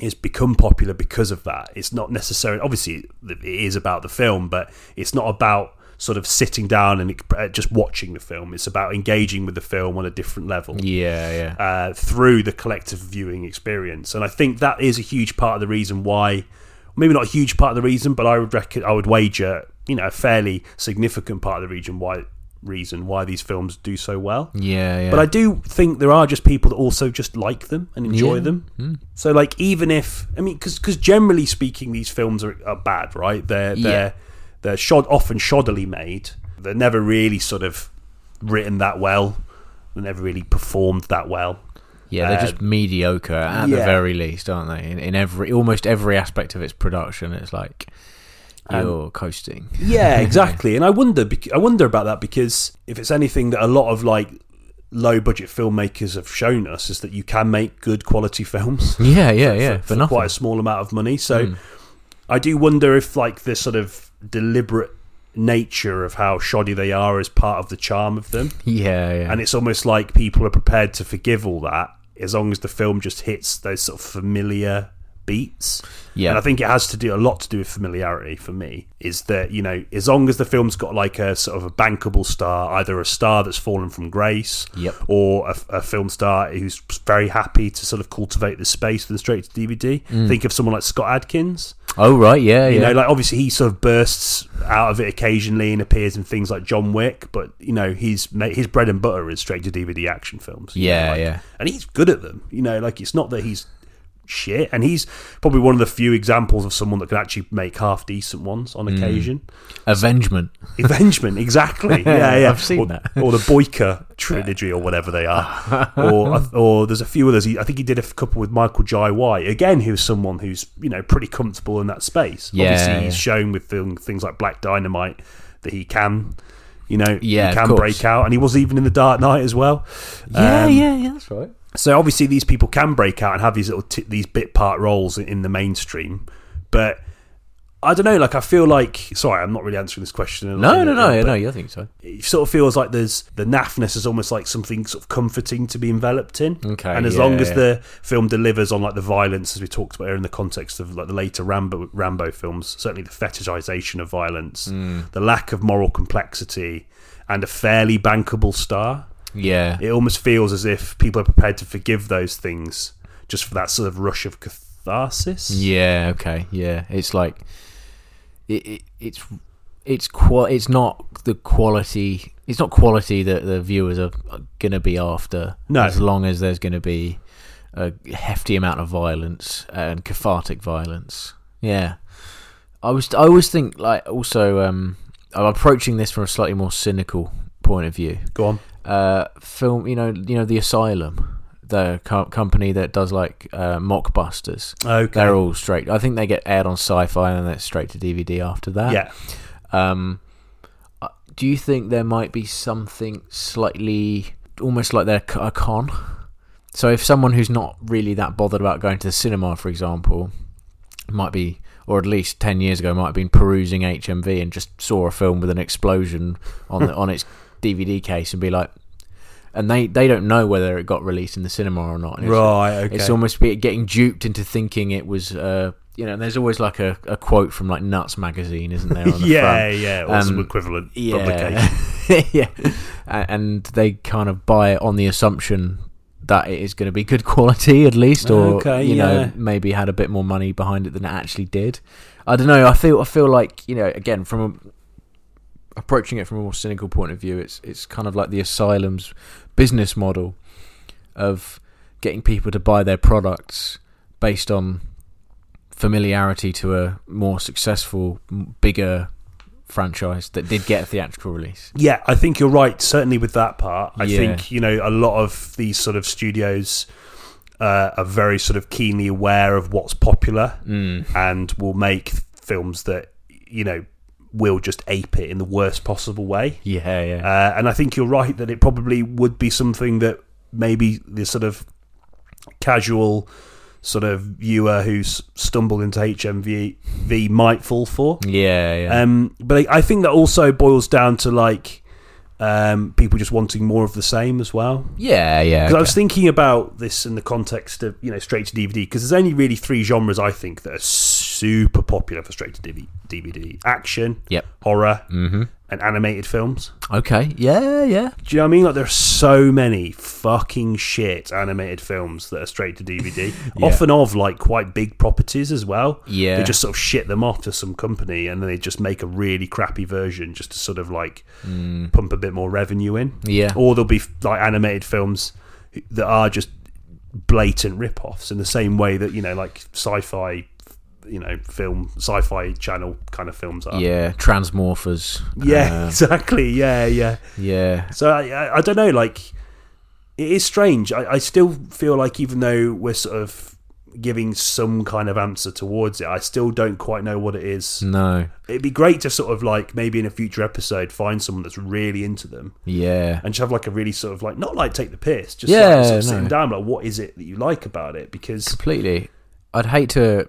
Speaker 1: has become popular because of that. It's not necessarily, obviously, it is about the film, but it's not about sort of sitting down and uh, just watching the film. It's about engaging with the film on a different level
Speaker 2: yeah, yeah.
Speaker 1: uh, through the collective viewing experience. And I think that is a huge part of the reason why, maybe not a huge part of the reason, but I would reckon I would wager, you know, a fairly significant part of the region why reason why these films do so well.
Speaker 2: Yeah, yeah.
Speaker 1: But I do think there are just people that also just like them and enjoy
Speaker 2: Yeah. Hmm.
Speaker 1: them. So like even if I mean because generally speaking these films are, are bad, right? They're
Speaker 2: Yeah.
Speaker 1: they're they're shod often shoddily made. They're never really sort of written that well. They're never really performed that well.
Speaker 2: yeah, they're
Speaker 1: uh,
Speaker 2: just mediocre at the
Speaker 1: yeah.
Speaker 2: very least, aren't they? In, in every almost every aspect of its production, it's like you're coasting.
Speaker 1: Yeah, exactly. and I wonder, bec- I wonder about that because if it's anything that a lot of like low budget filmmakers have shown us is that you can make good quality films
Speaker 2: Yeah, yeah, yeah. For,
Speaker 1: for
Speaker 2: nothing. Hmm.
Speaker 1: quite a small amount of money. So I do wonder if like this sort of deliberate nature of how shoddy they are is part of the charm of them.
Speaker 2: yeah, yeah.
Speaker 1: And it's almost like people are prepared to forgive all that as long as the film just hits those sort of familiar beats.
Speaker 2: Yeah.
Speaker 1: And I think it has to do a lot to do with familiarity for me. Is that, you know, as long as the film's got like a sort of a bankable star, either a star that's fallen from grace
Speaker 2: Yep.
Speaker 1: or a, a film star who's very happy to sort of cultivate the space for the straight to DVD.
Speaker 2: Mm.
Speaker 1: Think of someone like Scott Adkins.
Speaker 2: oh right, yeah,
Speaker 1: You
Speaker 2: yeah.
Speaker 1: know, like obviously he sort of bursts out of it occasionally and appears in things like John Wick, but you know his ma- his bread and butter is straight to DVD action films. you
Speaker 2: Yeah,
Speaker 1: know, like-
Speaker 2: yeah.
Speaker 1: and he's good at them. You know, like it's not that he's shit, and he's probably one of the few examples of someone that can actually make half decent ones on
Speaker 2: Mm.
Speaker 1: occasion.
Speaker 2: Avengement.
Speaker 1: Avengement, exactly. Yeah, yeah.
Speaker 2: I've seen
Speaker 1: or,
Speaker 2: that.
Speaker 1: Or the Boyka trilogy, or whatever they are. or, or there's a few others. He- I think he did a couple with Michael Jai White. Again, who's someone who's you know pretty comfortable in that space.
Speaker 2: Yeah,
Speaker 1: Obviously,
Speaker 2: yeah.
Speaker 1: he's shown with film, things like Black Dynamite that he can, you know,
Speaker 2: Yeah, of
Speaker 1: he can
Speaker 2: course.
Speaker 1: break out. And he was even in the Dark Knight as well.
Speaker 2: Yeah,
Speaker 1: Um,
Speaker 2: yeah, yeah. That's right.
Speaker 1: so obviously these people can break out and have these little t- these bit part roles in the mainstream, but I don't know. Like, I feel like sorry, I'm not really answering this question. in-
Speaker 2: No,
Speaker 1: in-
Speaker 2: no, no, yeah,
Speaker 1: but
Speaker 2: no. You think so?
Speaker 1: It sort of feels like there's the naffness is almost like something sort of comforting to be enveloped in.
Speaker 2: Okay,
Speaker 1: and as
Speaker 2: yeah,
Speaker 1: long as
Speaker 2: yeah.
Speaker 1: the film delivers on like the violence, as we talked about here in the context of like the later Rambo Rambo films, certainly the fetishization of violence,
Speaker 2: Hmm.
Speaker 1: the lack of moral complexity, and a fairly bankable star
Speaker 2: Yeah,
Speaker 1: it almost feels as if people are prepared to forgive those things just for that sort of rush of catharsis.
Speaker 2: yeah. Okay, yeah. It's like it, it, it's it's qual. It's not the quality. It's not quality that the viewers are gonna be after.
Speaker 1: No.
Speaker 2: as long as there's gonna be a hefty amount of violence and cathartic violence. Yeah, I was. I always think like also. Um, I'm approaching this from a slightly more cynical point of view.
Speaker 1: Go on.
Speaker 2: uh, film. You know, you know, The Asylum, the co- company that does like uh, mockbusters.
Speaker 1: Okay.
Speaker 2: They're all straight. I think they get aired on Sci-Fi and then they're straight to DVD after that.
Speaker 1: yeah.
Speaker 2: Um, uh, do you think there might be something slightly, almost like they're c- a con? So if someone who's not really that bothered about going to the cinema, for example, might be, or at least ten years ago, might have been perusing HMV and just saw a film with an explosion on the, on its DVD case and be like, and they they don't know whether it got released in the cinema or not. And it's-
Speaker 1: Right. Okay.
Speaker 2: it's almost be getting duped into thinking it was, uh, you know. There's always like a, a quote from like Nuts magazine, isn't there? On the
Speaker 1: yeah,
Speaker 2: front?
Speaker 1: yeah. Or some
Speaker 2: Um,
Speaker 1: equivalent publication.
Speaker 2: yeah, yeah. A- And they kind of buy it on the assumption that it is going to be good quality at least, or
Speaker 1: Okay,
Speaker 2: you
Speaker 1: yeah.
Speaker 2: know, maybe had a bit more money behind it than it actually did. I don't know. I feel I feel like you know, again, from a, approaching it from a more cynical point of view, it's it's kind of like the asylum's business model of getting people to buy their products based on familiarity to a more successful, m- bigger franchise that did get a theatrical release.
Speaker 1: Yeah, I think you're right. Certainly with that part, I
Speaker 2: Yeah.
Speaker 1: think you know a lot of these sort of studios uh, are very sort of keenly aware of what's popular and will make films that you know will just ape it in the worst possible way.
Speaker 2: Yeah, yeah,
Speaker 1: Uh, and I think you're right that it probably would be something that maybe the sort of casual sort of viewer who's stumbled into HMV might fall for.
Speaker 2: yeah, yeah.
Speaker 1: Um, but I, I think that also boils down to like um, people just wanting more of the same as well.
Speaker 2: yeah, yeah.
Speaker 1: 'Cause I
Speaker 2: okay.
Speaker 1: was thinking about this in the context of you know straight to DVD because there's only really three genres I think that are super popular for straight to DV- DVD: action,
Speaker 2: Yep.
Speaker 1: horror, and animated films.
Speaker 2: Okay. Yeah, yeah.
Speaker 1: Do you know what I mean? Like there are so many fucking shit animated films that are straight to DVD, often of like quite big properties as well.
Speaker 2: Yeah.
Speaker 1: they just sort of shit them off to some company, and then they just make a really crappy version just to sort of like pump a bit more revenue in.
Speaker 2: Mm. Yeah.
Speaker 1: or there'll be like animated films that are just blatant rip-offs in the same way that you know like sci-fi you know film sci-fi channel kind of films are
Speaker 2: Yeah, Transmorphers.
Speaker 1: uh, yeah
Speaker 2: uh,
Speaker 1: exactly yeah yeah
Speaker 2: yeah.
Speaker 1: so I, I, I don't know. Like, it is strange. I, I still feel like even though we're sort of giving some kind of answer towards it, I still don't quite know what it is.
Speaker 2: No.
Speaker 1: It'd be great to sort of like maybe in a future episode find someone that's really into them
Speaker 2: Yeah.
Speaker 1: and just have like a really sort of like not like take the piss, just
Speaker 2: Yeah,
Speaker 1: like sort of sitting
Speaker 2: no.
Speaker 1: down like what is it that you like about it because
Speaker 2: Completely. I'd hate to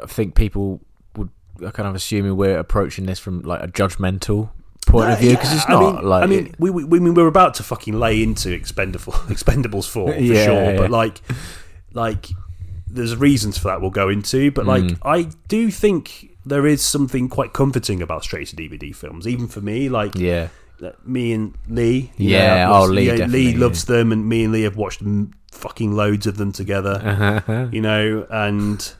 Speaker 2: uh, think people would are kind of assuming we're approaching this from like a judgmental point of view because it's
Speaker 1: I
Speaker 2: not
Speaker 1: mean,
Speaker 2: like
Speaker 1: I mean, we, we, we mean we're about to fucking lay into expendable expendables four for
Speaker 2: Yeah,
Speaker 1: sure,
Speaker 2: yeah.
Speaker 1: but like, like there's reasons for that we'll go into, but like
Speaker 2: Mm.
Speaker 1: I do think there is something quite comforting about straight to DVD films, even for me. Like,
Speaker 2: yeah.
Speaker 1: that me and Lee, you I've
Speaker 2: Yeah, oh,
Speaker 1: watched-
Speaker 2: Lee
Speaker 1: yeah, Lee
Speaker 2: definitely,
Speaker 1: loves them, and me and Lee have watched m- fucking loads of them together
Speaker 2: Uh-huh.
Speaker 1: you know, and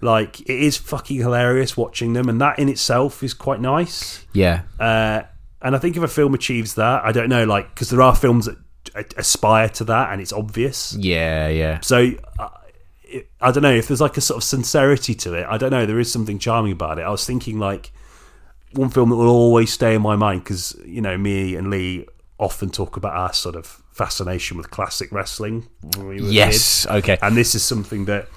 Speaker 1: like it is fucking hilarious watching them, and that in itself is quite nice.
Speaker 2: Yeah.
Speaker 1: Uh, and I think if a film achieves that, I don't know, like because there are films that a- aspire to that, and it's obvious.
Speaker 2: Yeah, yeah.
Speaker 1: So. Uh, it- I don't know if there's like a sort of sincerity to it. I don't know. There is something charming about it. I was thinking like one film that will always stay in my mind because you know me and Lee often talk about our sort of fascination with classic wrestling. when we were kids
Speaker 2: Yes. Okay.
Speaker 1: and this is something that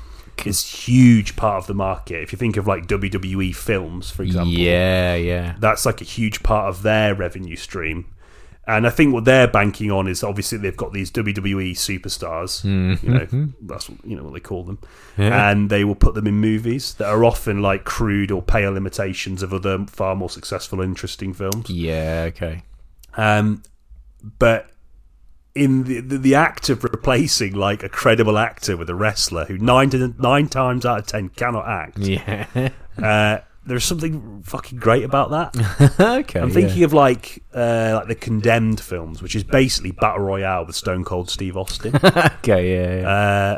Speaker 1: is huge part of the market. If you think of like WWE films, for example,
Speaker 2: Yeah, yeah.
Speaker 1: that's like a huge part of their revenue stream. And I think what they're banking on is obviously they've got these WWE superstars. You know, that's what, you know what they call them,
Speaker 4: Yeah.
Speaker 1: and they will put them in movies that are often like crude or pale imitations of other far more successful and interesting films.
Speaker 2: Yeah. Okay.
Speaker 1: Um, but in the, the the act of replacing like a credible actor with a wrestler who nine to, nine times out of ten cannot act,
Speaker 2: Yeah.
Speaker 1: uh, there's something fucking great about that.
Speaker 2: okay.
Speaker 1: I'm thinking of like uh, like the Condemned films, which is basically battle royale with Stone Cold Steve Austin,
Speaker 2: Yeah. Okay. Yeah. yeah.
Speaker 1: uh,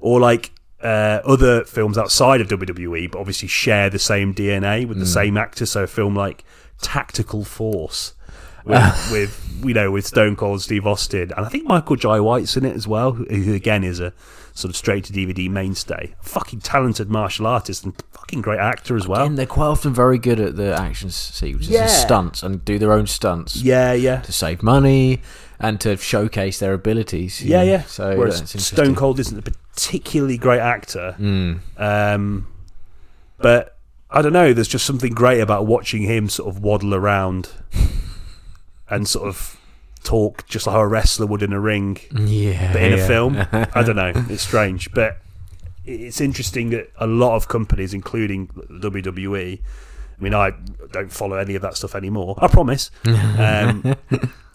Speaker 1: or like uh, other films outside of WWE, but obviously share the same DNA with the same actor. So a film like Tactical Force. With, with you know with Stone Cold Steve Austin and I think Michael Jai White's in it as well who, who again is a sort of straight to DVD mainstay fucking talented martial artist and fucking great actor as well
Speaker 2: and they're quite often very good at the action sequences
Speaker 1: Yeah.
Speaker 2: and stunts and do their own stunts
Speaker 1: yeah yeah
Speaker 2: to save money and to showcase their abilities. you
Speaker 1: Yeah,
Speaker 2: know.
Speaker 1: yeah.
Speaker 2: So
Speaker 1: Whereas
Speaker 2: that's
Speaker 1: Stone
Speaker 2: interesting.
Speaker 1: Cold isn't a particularly great actor, um, but I don't know. There's just something great about watching him sort of waddle around and sort of talk just like how a wrestler would in a ring,
Speaker 2: Yeah.
Speaker 1: but in a
Speaker 2: yeah.
Speaker 1: film. I don't know. It's strange, but it's interesting that a lot of companies, including WWE. I mean, I don't follow any of that stuff anymore. I promise. Um,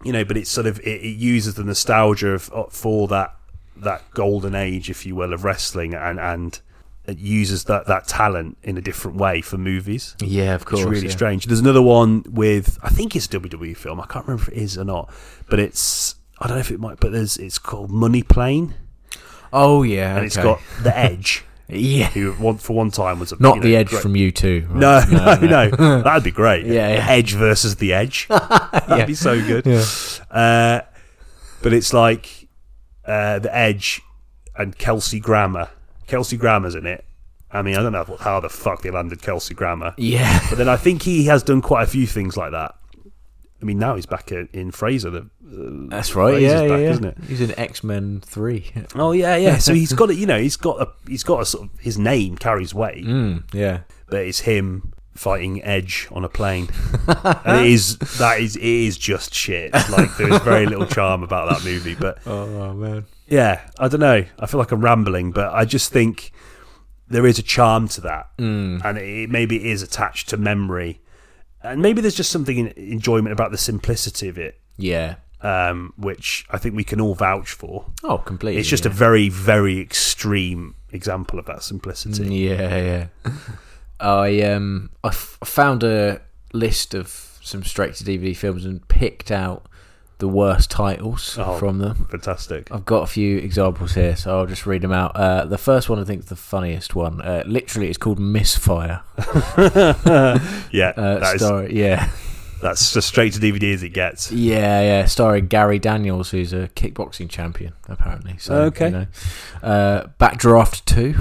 Speaker 1: you know, but it's sort of it, it uses the nostalgia of, of for that that golden age, if you will, of wrestling, and and it uses that that talent in a different way for movies.
Speaker 2: Yeah, of course.
Speaker 1: It's really
Speaker 2: yeah.
Speaker 1: strange. There's another one with I think it's a WWE film. I can't remember if it is or not, but it's I don't know if it might. But there's it's called Money Plane,
Speaker 2: Oh yeah.
Speaker 1: and it's
Speaker 2: okay.
Speaker 1: got The Edge,
Speaker 2: yeah.
Speaker 1: who one for one time was a,
Speaker 2: Not
Speaker 1: you know,
Speaker 2: the edge
Speaker 1: great-
Speaker 2: from you too.
Speaker 1: No, no, no. That'd be great.
Speaker 2: Yeah, yeah.
Speaker 1: Edge versus the Edge. That'd be so good. Uh, but it's like uh, the Edge and Kelsey Grammer. Kelsey Grammer's in it. I mean, I don't know what- how the fuck they landed Kelsey Grammer.
Speaker 2: Yeah.
Speaker 1: But then I think he has done quite a few things like that. I mean, now he's back in, in Fraser. The,
Speaker 2: That's right.
Speaker 1: Razor's
Speaker 2: Yeah, yeah,
Speaker 1: back,
Speaker 2: yeah.
Speaker 1: isn't it?
Speaker 2: He's in X Men Three.
Speaker 1: oh yeah, yeah. So he's got a, you know, he's got a, he's got a sort of his name carries weight.
Speaker 2: Mm, yeah.
Speaker 1: but it's him fighting Edge on a plane. and it is that is it is just shit. Like there is very little charm about that movie. But
Speaker 2: Oh man.
Speaker 1: yeah, I don't know. I feel like I'm rambling, but I just think there is a charm to that, mm. and it maybe it is attached to memory, and maybe there's just something in enjoyment about the simplicity of it,
Speaker 2: Yeah.
Speaker 1: um, which I think we can all vouch for.
Speaker 2: Oh, completely.
Speaker 1: It's just a
Speaker 2: yeah.
Speaker 1: very very extreme example of that simplicity.
Speaker 2: Mm. Yeah, yeah. I um, I f- found a list of some straight to DVD films and picked out the worst titles
Speaker 1: Oh.
Speaker 2: from them.
Speaker 1: Fantastic.
Speaker 2: I've got a few examples here, so I'll just read them out. Uh, the first one I think is the funniest one. Uh, literally, it's called Misfire.
Speaker 1: Yeah,
Speaker 2: Uh,
Speaker 1: that is
Speaker 2: star- yeah,
Speaker 1: That's as straight to DVD as it gets.
Speaker 2: yeah, yeah. Starring Gary Daniels, who's a kickboxing champion apparently. So,
Speaker 1: Okay.
Speaker 2: You know. uh, Backdraft Two.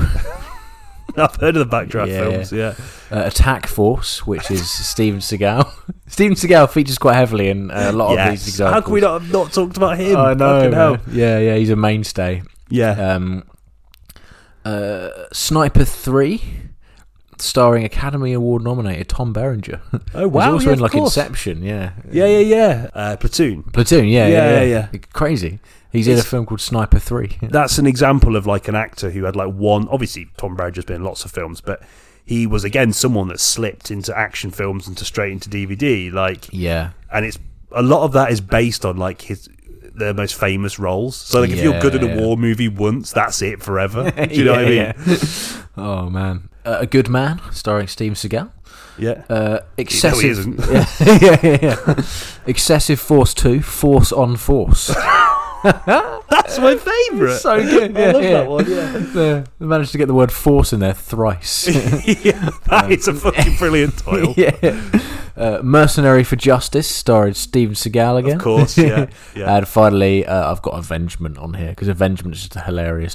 Speaker 1: I've heard of the Backdraft
Speaker 2: Yeah.
Speaker 1: films, yeah.
Speaker 2: uh, Attack Force, which is Steven Seagal. Steven Seagal features quite heavily in uh, a lot of these
Speaker 1: Yes.
Speaker 2: examples.
Speaker 1: How can we not have not talked about him?
Speaker 2: I know.
Speaker 1: Fucking hell.
Speaker 2: man. Yeah, yeah, he's a mainstay.
Speaker 1: Yeah.
Speaker 2: Um, uh, Sniper Three, starring Academy Award nominated Tom Berenger.
Speaker 1: oh
Speaker 2: He's
Speaker 1: wow.
Speaker 2: also
Speaker 1: yeah,
Speaker 2: in
Speaker 1: of
Speaker 2: like
Speaker 1: course.
Speaker 2: Inception. Yeah.
Speaker 1: Yeah, yeah, yeah. Uh, Platoon.
Speaker 2: Platoon. Yeah,
Speaker 1: Yeah,
Speaker 2: yeah, yeah.
Speaker 1: yeah,
Speaker 2: Crazy. He's in a
Speaker 1: It's-
Speaker 2: film called Sniper Three.
Speaker 1: That's an example of like an actor who had like one. Obviously, Tom Berenger's been in lots of films, but he was again someone that slipped into action films and to straight into DVD. Like,
Speaker 2: yeah.
Speaker 1: and it's a lot of that is based on like his their most famous roles. So like, if you're good at
Speaker 2: Yeah.
Speaker 1: a war movie once, that's it forever. Do you know what I mean?
Speaker 2: Yeah, yeah. oh man. Uh, a Good Man, starring Steven Seagal.
Speaker 1: yeah.
Speaker 2: Uh,
Speaker 1: No, he
Speaker 2: excessive.
Speaker 1: isn't.
Speaker 2: yeah, yeah, yeah, yeah. Excessive Force 2, Force on Force.
Speaker 1: That's my favourite.
Speaker 2: so good. Yeah,
Speaker 1: I love
Speaker 2: yeah.
Speaker 1: that one. Yeah,
Speaker 2: Uh, they managed to get the word force in there thrice.
Speaker 1: yeah that is a fucking brilliant title.
Speaker 2: yeah. Uh, Mercenary for Justice, starring Steven Seagal again.
Speaker 1: Of course, yeah, yeah.
Speaker 2: And finally, uh, I've got Avengement on here because Avengement is just a hilarious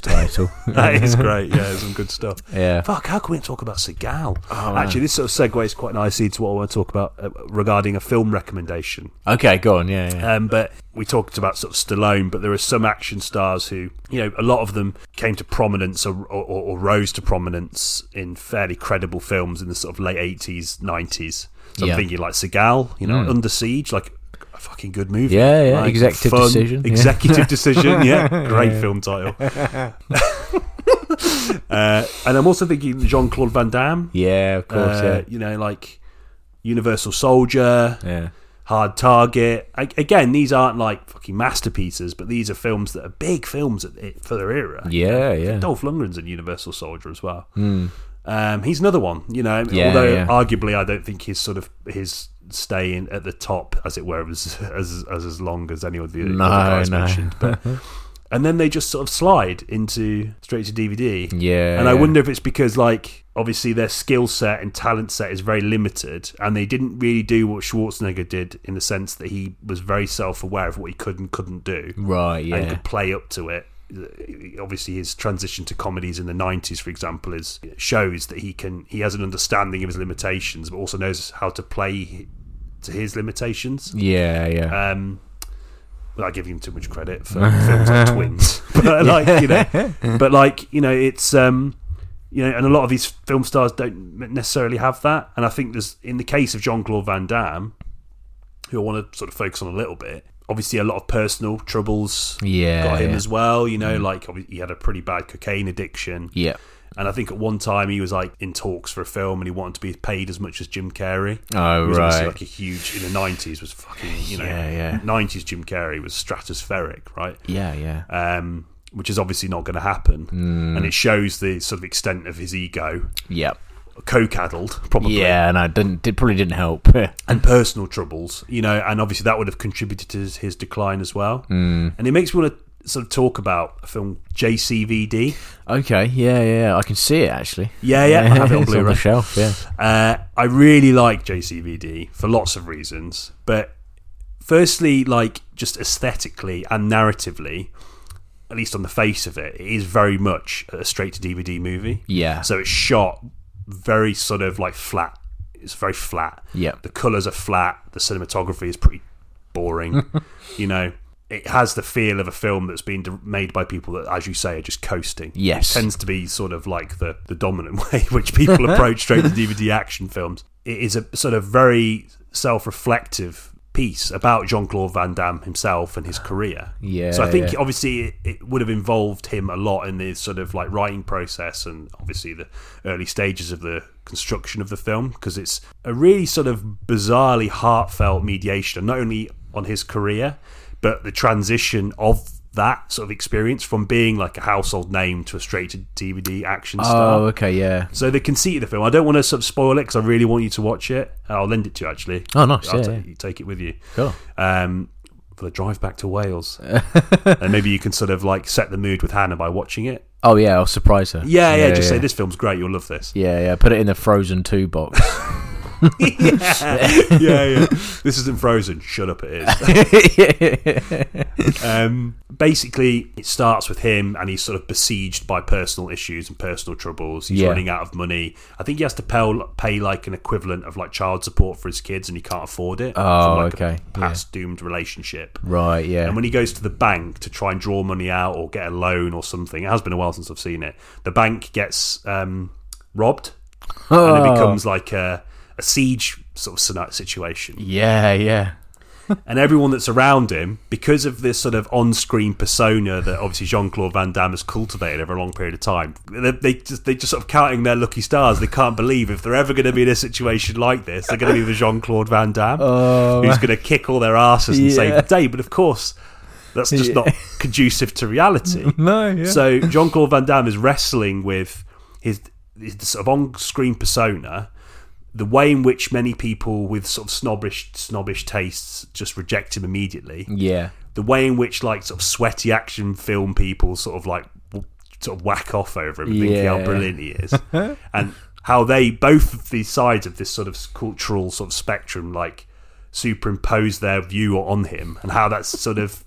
Speaker 2: title.
Speaker 1: that is great. Yeah, some good stuff.
Speaker 2: yeah.
Speaker 1: Fuck, how can we not talk about Seagal?
Speaker 2: Oh,
Speaker 1: Actually, this sort of segues quite nicely into what I want to talk about uh, regarding a film recommendation.
Speaker 2: Okay, go on. Yeah, yeah.
Speaker 1: Um, but we talked about sort of Stallone, but there are some action stars who, you know, a lot of them came to prominence or, or, or rose to prominence in fairly credible films in the sort of late 80s, 90s. So
Speaker 2: Yeah. Hmm.
Speaker 1: I'm thinking like Seagal, you know, Under Siege, like a fucking good movie.
Speaker 2: Yeah, yeah, executive decision, yeah.
Speaker 1: Executive decision. Yeah, great film title. uh, and I'm also thinking Jean Claude Van Damme.
Speaker 2: Yeah, of course.
Speaker 1: Uh, You know, like Universal Soldier,
Speaker 2: yeah, yeah.
Speaker 1: Hard Target. I, again, these aren't like fucking masterpieces, but these are films that are big films at, it- for their era.
Speaker 2: Yeah, yeah. Hmm.
Speaker 1: Dolph Lundgren's in Universal Soldier as well. Um, he's another one, you know.
Speaker 2: Yeah,
Speaker 1: although
Speaker 2: yeah.
Speaker 1: arguably, I don't think his sort of his staying at the top, as it were, was as as, as long as any of the
Speaker 2: No,
Speaker 1: other guys
Speaker 2: no.
Speaker 1: mentioned. But and then they just sort of slide into straight to DVD.
Speaker 2: Yeah,
Speaker 1: and I
Speaker 2: yeah.
Speaker 1: wonder if it's because like obviously their skill set and talent set is very limited, and they didn't really do what Schwarzenegger did in the sense that he was very self aware of what he could and couldn't do
Speaker 2: Right,
Speaker 1: and
Speaker 2: yeah.
Speaker 1: could play up to it. Obviously, his transition to comedies in the '90s, for example, is shows that he can he has an understanding of his limitations, but also knows how to play to his limitations.
Speaker 2: Yeah, yeah.
Speaker 1: Um, without giving him too much credit for films like Twins, but like you know, but like you know, it's um, you know, and a lot of these film stars don't necessarily have that. And I think there's in the case of Jean Claude Van Damme, who I want to sort of focus on a little bit. Obviously, a lot of personal troubles
Speaker 2: Yeah,
Speaker 1: got him
Speaker 2: yeah. Mm.
Speaker 1: as well. You know, like obvi- he had a pretty bad cocaine addiction.
Speaker 2: yeah.
Speaker 1: And I think at one time he was like in talks for a film and he wanted to be paid as much as Jim Carrey.
Speaker 2: Oh,
Speaker 1: He was obviously,
Speaker 2: right.
Speaker 1: Like a huge in the nineties was fucking you know
Speaker 2: Yeah, yeah.
Speaker 1: nineties Jim Carrey was stratospheric, right?
Speaker 2: Yeah, yeah.
Speaker 1: Um, which is obviously not going to happen,
Speaker 2: Hmm.
Speaker 1: and it shows the sort of extent of his ego,
Speaker 2: Yeah.
Speaker 1: coke-addled probably,
Speaker 2: Yeah, and I didn't did probably didn't help.
Speaker 1: and personal troubles, you know, and obviously that would have contributed to his, his decline as well.
Speaker 2: Hmm.
Speaker 1: And it makes me want to sort of talk about a film JCVD.
Speaker 2: okay, yeah, yeah. I can see it actually.
Speaker 1: Yeah, yeah, I have it on
Speaker 2: it's on
Speaker 1: Blu-ray.
Speaker 2: the shelf, yeah.
Speaker 1: Uh, I really like JCVD for lots of reasons, but firstly, like just aesthetically and narratively, at least on the face of it, it is very much a straight to DVD movie.
Speaker 2: Yeah.
Speaker 1: So it's shot very sort of like flat. It's very flat.
Speaker 2: Yeah.
Speaker 1: The colours are flat. The cinematography is pretty boring. you know, it has the feel of a film that's been de- made by people that, as you say, are just coasting.
Speaker 2: Yes.
Speaker 1: It tends to be sort of like the, the dominant way which people approach straight to DVD action films. It is a sort of very self reflective piece about Jean Claude Van Damme himself and his career.
Speaker 2: Yeah,
Speaker 1: So I think
Speaker 2: yeah.
Speaker 1: obviously it, it would have involved him a lot in the sort of like writing process and obviously the early stages of the construction of the film because it's a really sort of bizarrely heartfelt mediation, and not only on his career but the transition of that sort of experience from being like a household name to a straight to DVD action star.
Speaker 2: Oh, okay, yeah.
Speaker 1: So the conceit of the film, I don't want to sort of spoil it because I really want you to watch it. I'll lend it to you actually.
Speaker 2: Oh, nice,
Speaker 1: I'll
Speaker 2: yeah,
Speaker 1: ta-
Speaker 2: yeah.
Speaker 1: you take it with you
Speaker 2: Cool.
Speaker 1: um, for the drive back to Wales. and maybe you can sort of like set the mood with Hannah by watching it.
Speaker 2: Oh yeah, I'll surprise her.
Speaker 1: Yeah, yeah, just say
Speaker 2: yeah.
Speaker 1: this film's great, you'll love this.
Speaker 2: Yeah, yeah. Put it in the Frozen Two box. Oh,
Speaker 1: yeah, yeah. This isn't frozen. Shut up, it is. Um, basically, it starts with him, and he's sort of besieged by personal issues and personal troubles. He's
Speaker 2: Yeah.
Speaker 1: running out of money. I think he has to pay, pay like an equivalent of like child support for his kids, and he can't afford it.
Speaker 2: Oh,
Speaker 1: from, like,
Speaker 2: okay.
Speaker 1: A past doomed relationship.
Speaker 2: right, yeah.
Speaker 1: And when he goes to the bank to try and draw money out or get a loan or something, it has been a while since I've seen it. The bank gets um, robbed, and it
Speaker 2: Oh.
Speaker 1: becomes like a, a siege sort of scenario situation
Speaker 2: yeah, yeah.
Speaker 1: and everyone that's around him, because of this sort of on-screen persona that obviously Jean-Claude Van Damme has cultivated over a long period of time, they, they just they just sort of counting their lucky stars. They can't believe if they're ever going to be in a situation like this, they're going to be with Jean-Claude Van Damme, who's going to kick all their asses and save
Speaker 2: Yeah.
Speaker 1: the day. But of course, that's just not conducive to reality.
Speaker 2: No, yeah.
Speaker 1: So Jean Claude Van Damme is wrestling with his, his sort of on-screen persona, the way in which many people with sort of snobbish snobbish tastes just reject him immediately,
Speaker 2: yeah.
Speaker 1: the way in which like sort of sweaty action film people sort of like w- sort of whack off over him and think how
Speaker 2: Yeah.
Speaker 1: brilliant he is, and how they both of these sides of this sort of cultural sort of spectrum like superimpose their view on him and how that's sort of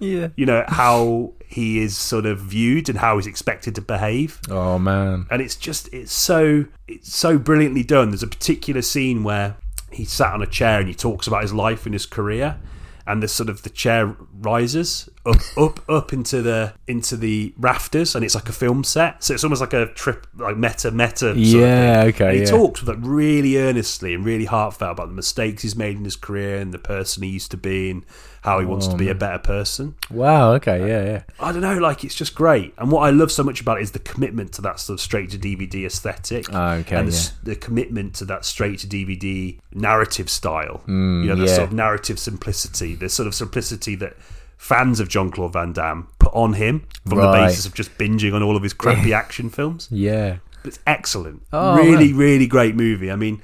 Speaker 2: Yeah.
Speaker 1: you know how he is sort of viewed and how he's expected to behave
Speaker 2: Oh man.
Speaker 1: and it's just it's so it's so brilliantly done there's a particular scene where he sat on a chair and he talks about his life and his career and the sort of the chair rises up up up into the into the rafters and it's like a film set so it's almost like a trip like meta meta sort of
Speaker 2: Yeah, okay,
Speaker 1: and he
Speaker 2: yeah.
Speaker 1: talks like really earnestly and really heartfelt about the mistakes he's made in his career and the person he used to be and how he wants to
Speaker 2: Oh,
Speaker 1: be a better person
Speaker 2: Wow. Okay. Yeah. Yeah.
Speaker 1: I don't know, like it's just great. And what I love so much about it is the commitment to that sort of straight to DVD aesthetic.
Speaker 2: Oh, okay,
Speaker 1: And the, s- the commitment to that straight to DVD narrative style. you know, the
Speaker 2: Mm, yeah.
Speaker 1: sort of narrative simplicity, the sort of simplicity that fans of Jean Claude Van Damme put on him from the
Speaker 2: Right.
Speaker 1: basis of just binging on all of his crappy action films.
Speaker 2: Yeah.
Speaker 1: It's excellent.
Speaker 2: Oh,
Speaker 1: really, really great movie. I mean,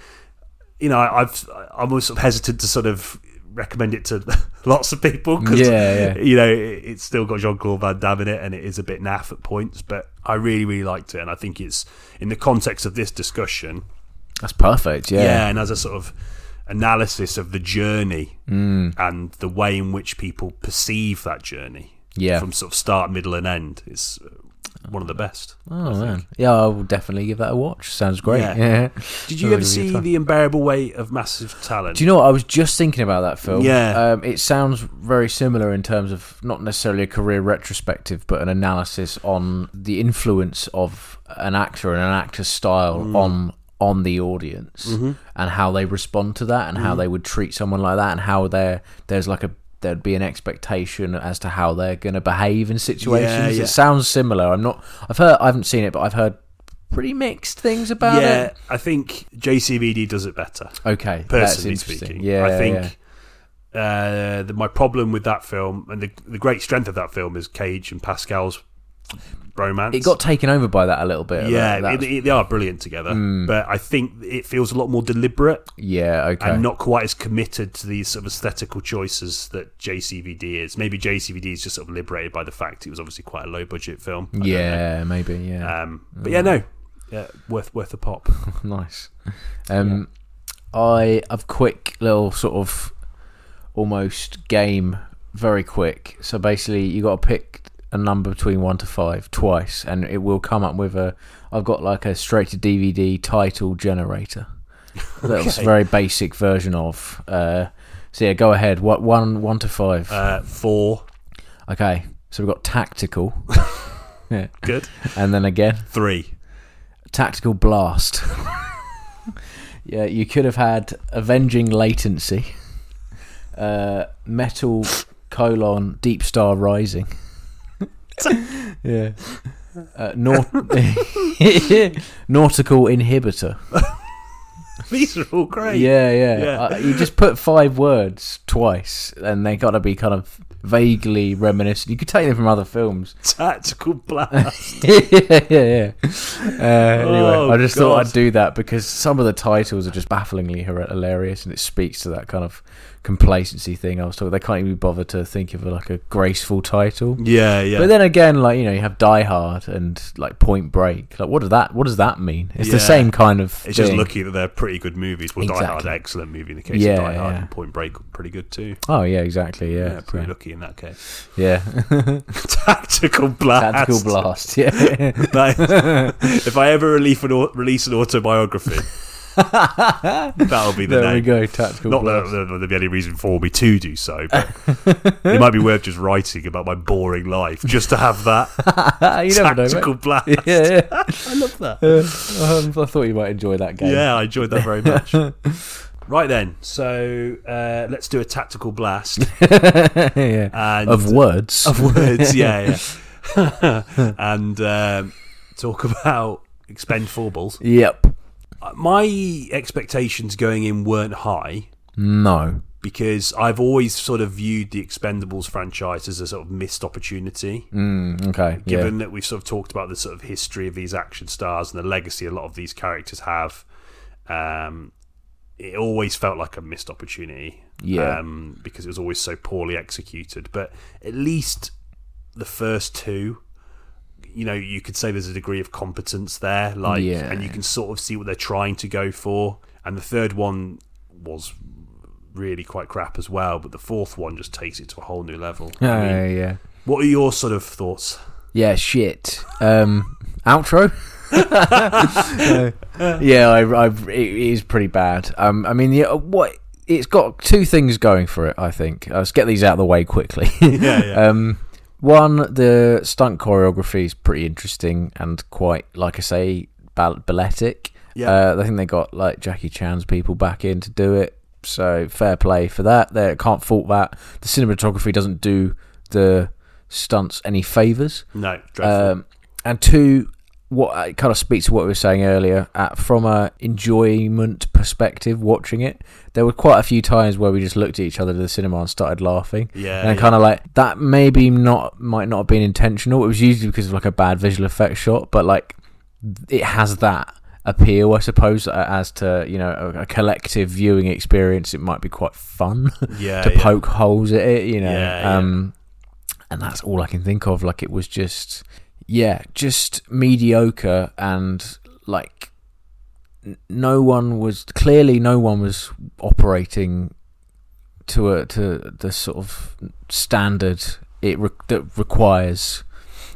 Speaker 1: you know, I- I've I'm always sort of hesitant to sort of recommend it to lots of people because
Speaker 2: Yeah, yeah.
Speaker 1: you know it, it's still got Jean Claude Van Damme in it and it is a bit naff at points, but I really, really liked it, and I think it's in the context of this discussion,
Speaker 2: That's perfect. Yeah.
Speaker 1: yeah, and as a sort of analysis of the journey
Speaker 2: Mm.
Speaker 1: and the way in which people perceive that journey,
Speaker 2: Yeah.
Speaker 1: from sort of start, middle, and end, it's uh, one of the best.
Speaker 2: Oh man. Yeah, I will definitely give that a watch. Sounds great.
Speaker 1: Yeah.
Speaker 2: Yeah.
Speaker 1: Did you
Speaker 2: Really
Speaker 1: ever
Speaker 2: good
Speaker 1: see
Speaker 2: time.
Speaker 1: the unbearable weight of massive talent?
Speaker 2: Do you know what? I was just thinking about that film.
Speaker 1: Yeah.
Speaker 2: Um, it sounds very similar in terms of not necessarily a career retrospective, but an analysis on the influence of an actor and an actor's style
Speaker 1: Mm.
Speaker 2: on on the audience
Speaker 1: Mm-hmm.
Speaker 2: and how they respond to that and how they would treat someone like that and how there there's like a there'd be an expectation as to how they're going to behave in situations.
Speaker 1: yeah.
Speaker 2: It sounds similar. I'm not. I've heard. I haven't seen it, but I've heard pretty mixed things about
Speaker 1: yeah,
Speaker 2: it.
Speaker 1: I think JCVD does it better.
Speaker 2: Okay, that's
Speaker 1: Personally
Speaker 2: interesting.
Speaker 1: speaking,
Speaker 2: yeah,
Speaker 1: I think
Speaker 2: yeah.
Speaker 1: uh, the, my problem with that film and the, the great strength of that film is Cage and Pascal's romance.
Speaker 2: it got taken over by that a little bit.
Speaker 1: yeah,
Speaker 2: that- that Hmm.
Speaker 1: it- it- they are brilliant together, but I think it feels a lot more deliberate
Speaker 2: Yeah, okay.
Speaker 1: and not quite as committed to these sort of aesthetical choices that JCVD is. Maybe JCVD is just sort of liberated by the fact it was obviously quite a low budget film. I don't
Speaker 2: yeah, maybe.
Speaker 1: know.
Speaker 2: Yeah,
Speaker 1: um, but yeah, no, yeah, worth worth a pop.
Speaker 2: nice. Um, I have quick little sort of almost game, very quick. So basically, you got to pick a number between one to five twice, and it will come up with a. I've got like a straight to DVD title generator. That's a very basic version of. Uh, so yeah, go ahead. What one one to five?
Speaker 1: Uh, four,
Speaker 2: okay, so we've got tactical,
Speaker 1: good.
Speaker 2: and then again.
Speaker 1: Three.
Speaker 2: Tactical Blast. yeah, you could have had Avenging Latency, uh, Metal colon Deep Star Rising. yeah. Uh, nau- nautical Inhibitor.
Speaker 1: These are all great.
Speaker 2: Yeah, yeah.
Speaker 1: Yeah.
Speaker 2: Uh, you just put five words twice, and they got to be kind of vaguely reminiscent. You could take them from other films.
Speaker 1: Tactical blast.
Speaker 2: yeah, yeah, yeah. Uh, anyway,
Speaker 1: Oh,
Speaker 2: I just thought
Speaker 1: God.
Speaker 2: I'd do that because some of the titles are just bafflingly hor- hilarious, and it speaks to that kind of complacency thing I was talking. They can't even bother to think of like a graceful title.
Speaker 1: yeah, yeah.
Speaker 2: But then again, like you know, you have Die Hard and like Point Break. Like, what does that? What does that mean? It's
Speaker 1: Yeah.
Speaker 2: the same kind of.
Speaker 1: it's just
Speaker 2: thing.
Speaker 1: lucky that they're pretty good movies. Well, Die Hard,
Speaker 2: Exactly.
Speaker 1: excellent movie in the case
Speaker 2: Yeah,
Speaker 1: of Die Hard
Speaker 2: yeah.
Speaker 1: and Point Break, pretty good too.
Speaker 2: Oh yeah, exactly. Yeah,
Speaker 1: Yeah, pretty
Speaker 2: so-
Speaker 1: lucky in that case.
Speaker 2: yeah.
Speaker 1: Tactical blast.
Speaker 2: Tactical blast. Yeah.
Speaker 1: That is- if I ever release an, au- release an autobiography, that'll be the
Speaker 2: Ah, there
Speaker 1: name.
Speaker 2: we go. Tactical
Speaker 1: Not
Speaker 2: blast.
Speaker 1: that there- there'd be any reason for me to do so, but it might be worth just writing about my boring life just to have that
Speaker 2: you never know.
Speaker 1: tactical
Speaker 2: mate.
Speaker 1: blast.
Speaker 2: Yeah, yeah.
Speaker 1: I love that.
Speaker 2: Uh, um, I thought you might enjoy that game.
Speaker 1: Yeah, I enjoyed that very much. right then, so uh, let's do a tactical blast
Speaker 2: yeah.
Speaker 1: and
Speaker 2: of words.
Speaker 1: of words. Yeah, yeah, and um, talk about expend four balls.
Speaker 2: yep.
Speaker 1: Uh, My expectations going in weren't high
Speaker 2: No.
Speaker 1: because I've always sort of viewed the Expendables franchise as a sort of missed opportunity.
Speaker 2: Mm, okay.
Speaker 1: Given that we've sort of talked about the sort of history of these action stars and the legacy a lot of these characters have, um, it always felt like a missed opportunity.
Speaker 2: Yeah.
Speaker 1: Um, because it was always so poorly executed. But at least the first two, you know, you could say there's a degree of competence there. Like,
Speaker 2: Yeah.
Speaker 1: and you can sort of see what they're trying to go for. And the third one was really quite crap as well. But the fourth one just takes it to a whole new level.
Speaker 2: Yeah.
Speaker 1: I mean,
Speaker 2: Uh, yeah.
Speaker 1: what are your sort of thoughts?
Speaker 2: Yeah. Shit. Um. Outro. Uh, yeah. I, I. It is pretty bad. Um. I mean, the what it's got two things going for it. I think. Uh, Let's get these out of the way quickly.
Speaker 1: Yeah, yeah.
Speaker 2: Um, one, the stunt choreography is pretty interesting and quite, like I say, bal- balletic.
Speaker 1: Yeah.
Speaker 2: Uh, I think they got like Jackie Chan's people back in to do it, so fair play for that. They can't fault that. The cinematography doesn't do the stunts any favors.
Speaker 1: no, dreadful.
Speaker 2: Um, and two, what it kind of speaks to what we were saying earlier. uh from a enjoyment perspective, watching it, there were quite a few times where we just looked at each other at the cinema and started laughing.
Speaker 1: Yeah,
Speaker 2: and
Speaker 1: yeah.
Speaker 2: kind of like that maybe not might not have been intentional. It was usually because of like a bad visual effects shot, but like it has that appeal, I suppose, uh, as to you know a, a collective viewing experience. It might be quite fun
Speaker 1: yeah,
Speaker 2: to
Speaker 1: yeah.
Speaker 2: poke holes at it, you know.
Speaker 1: Yeah, yeah.
Speaker 2: Um, and that's all I can think of. Like it was just, yeah, just mediocre and like n- no one was clearly no one was operating to a to the sort of standard it re- that requires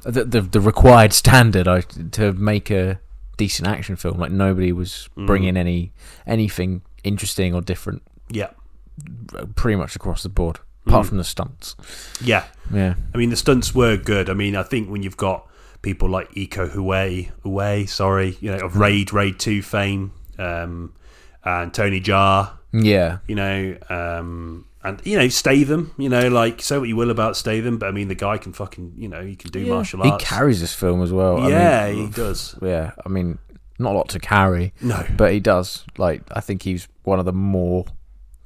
Speaker 2: the, the the required standard I, to make a decent action film. Like nobody was
Speaker 1: Mm.
Speaker 2: bringing any anything interesting or different
Speaker 1: yeah,
Speaker 2: pretty much across the board, apart from the stunts.
Speaker 1: yeah.
Speaker 2: Yeah,
Speaker 1: I mean, the stunts were good. I mean, I think when you've got people like Eco Huey, Huey, sorry, you know, of
Speaker 2: Hmm.
Speaker 1: Raid, Raid Two fame, um, and Tony Jar,
Speaker 2: yeah,
Speaker 1: you know, um, and you know Statham, you know, like say what you will about Statham, but I mean, the guy can fucking, you know, he can do martial
Speaker 2: he
Speaker 1: arts.
Speaker 2: carries this film as well.
Speaker 1: yeah,
Speaker 2: I mean,
Speaker 1: he does.
Speaker 2: yeah. I mean, not a lot to carry,
Speaker 1: No,
Speaker 2: but he does. Like, I think he's one of the more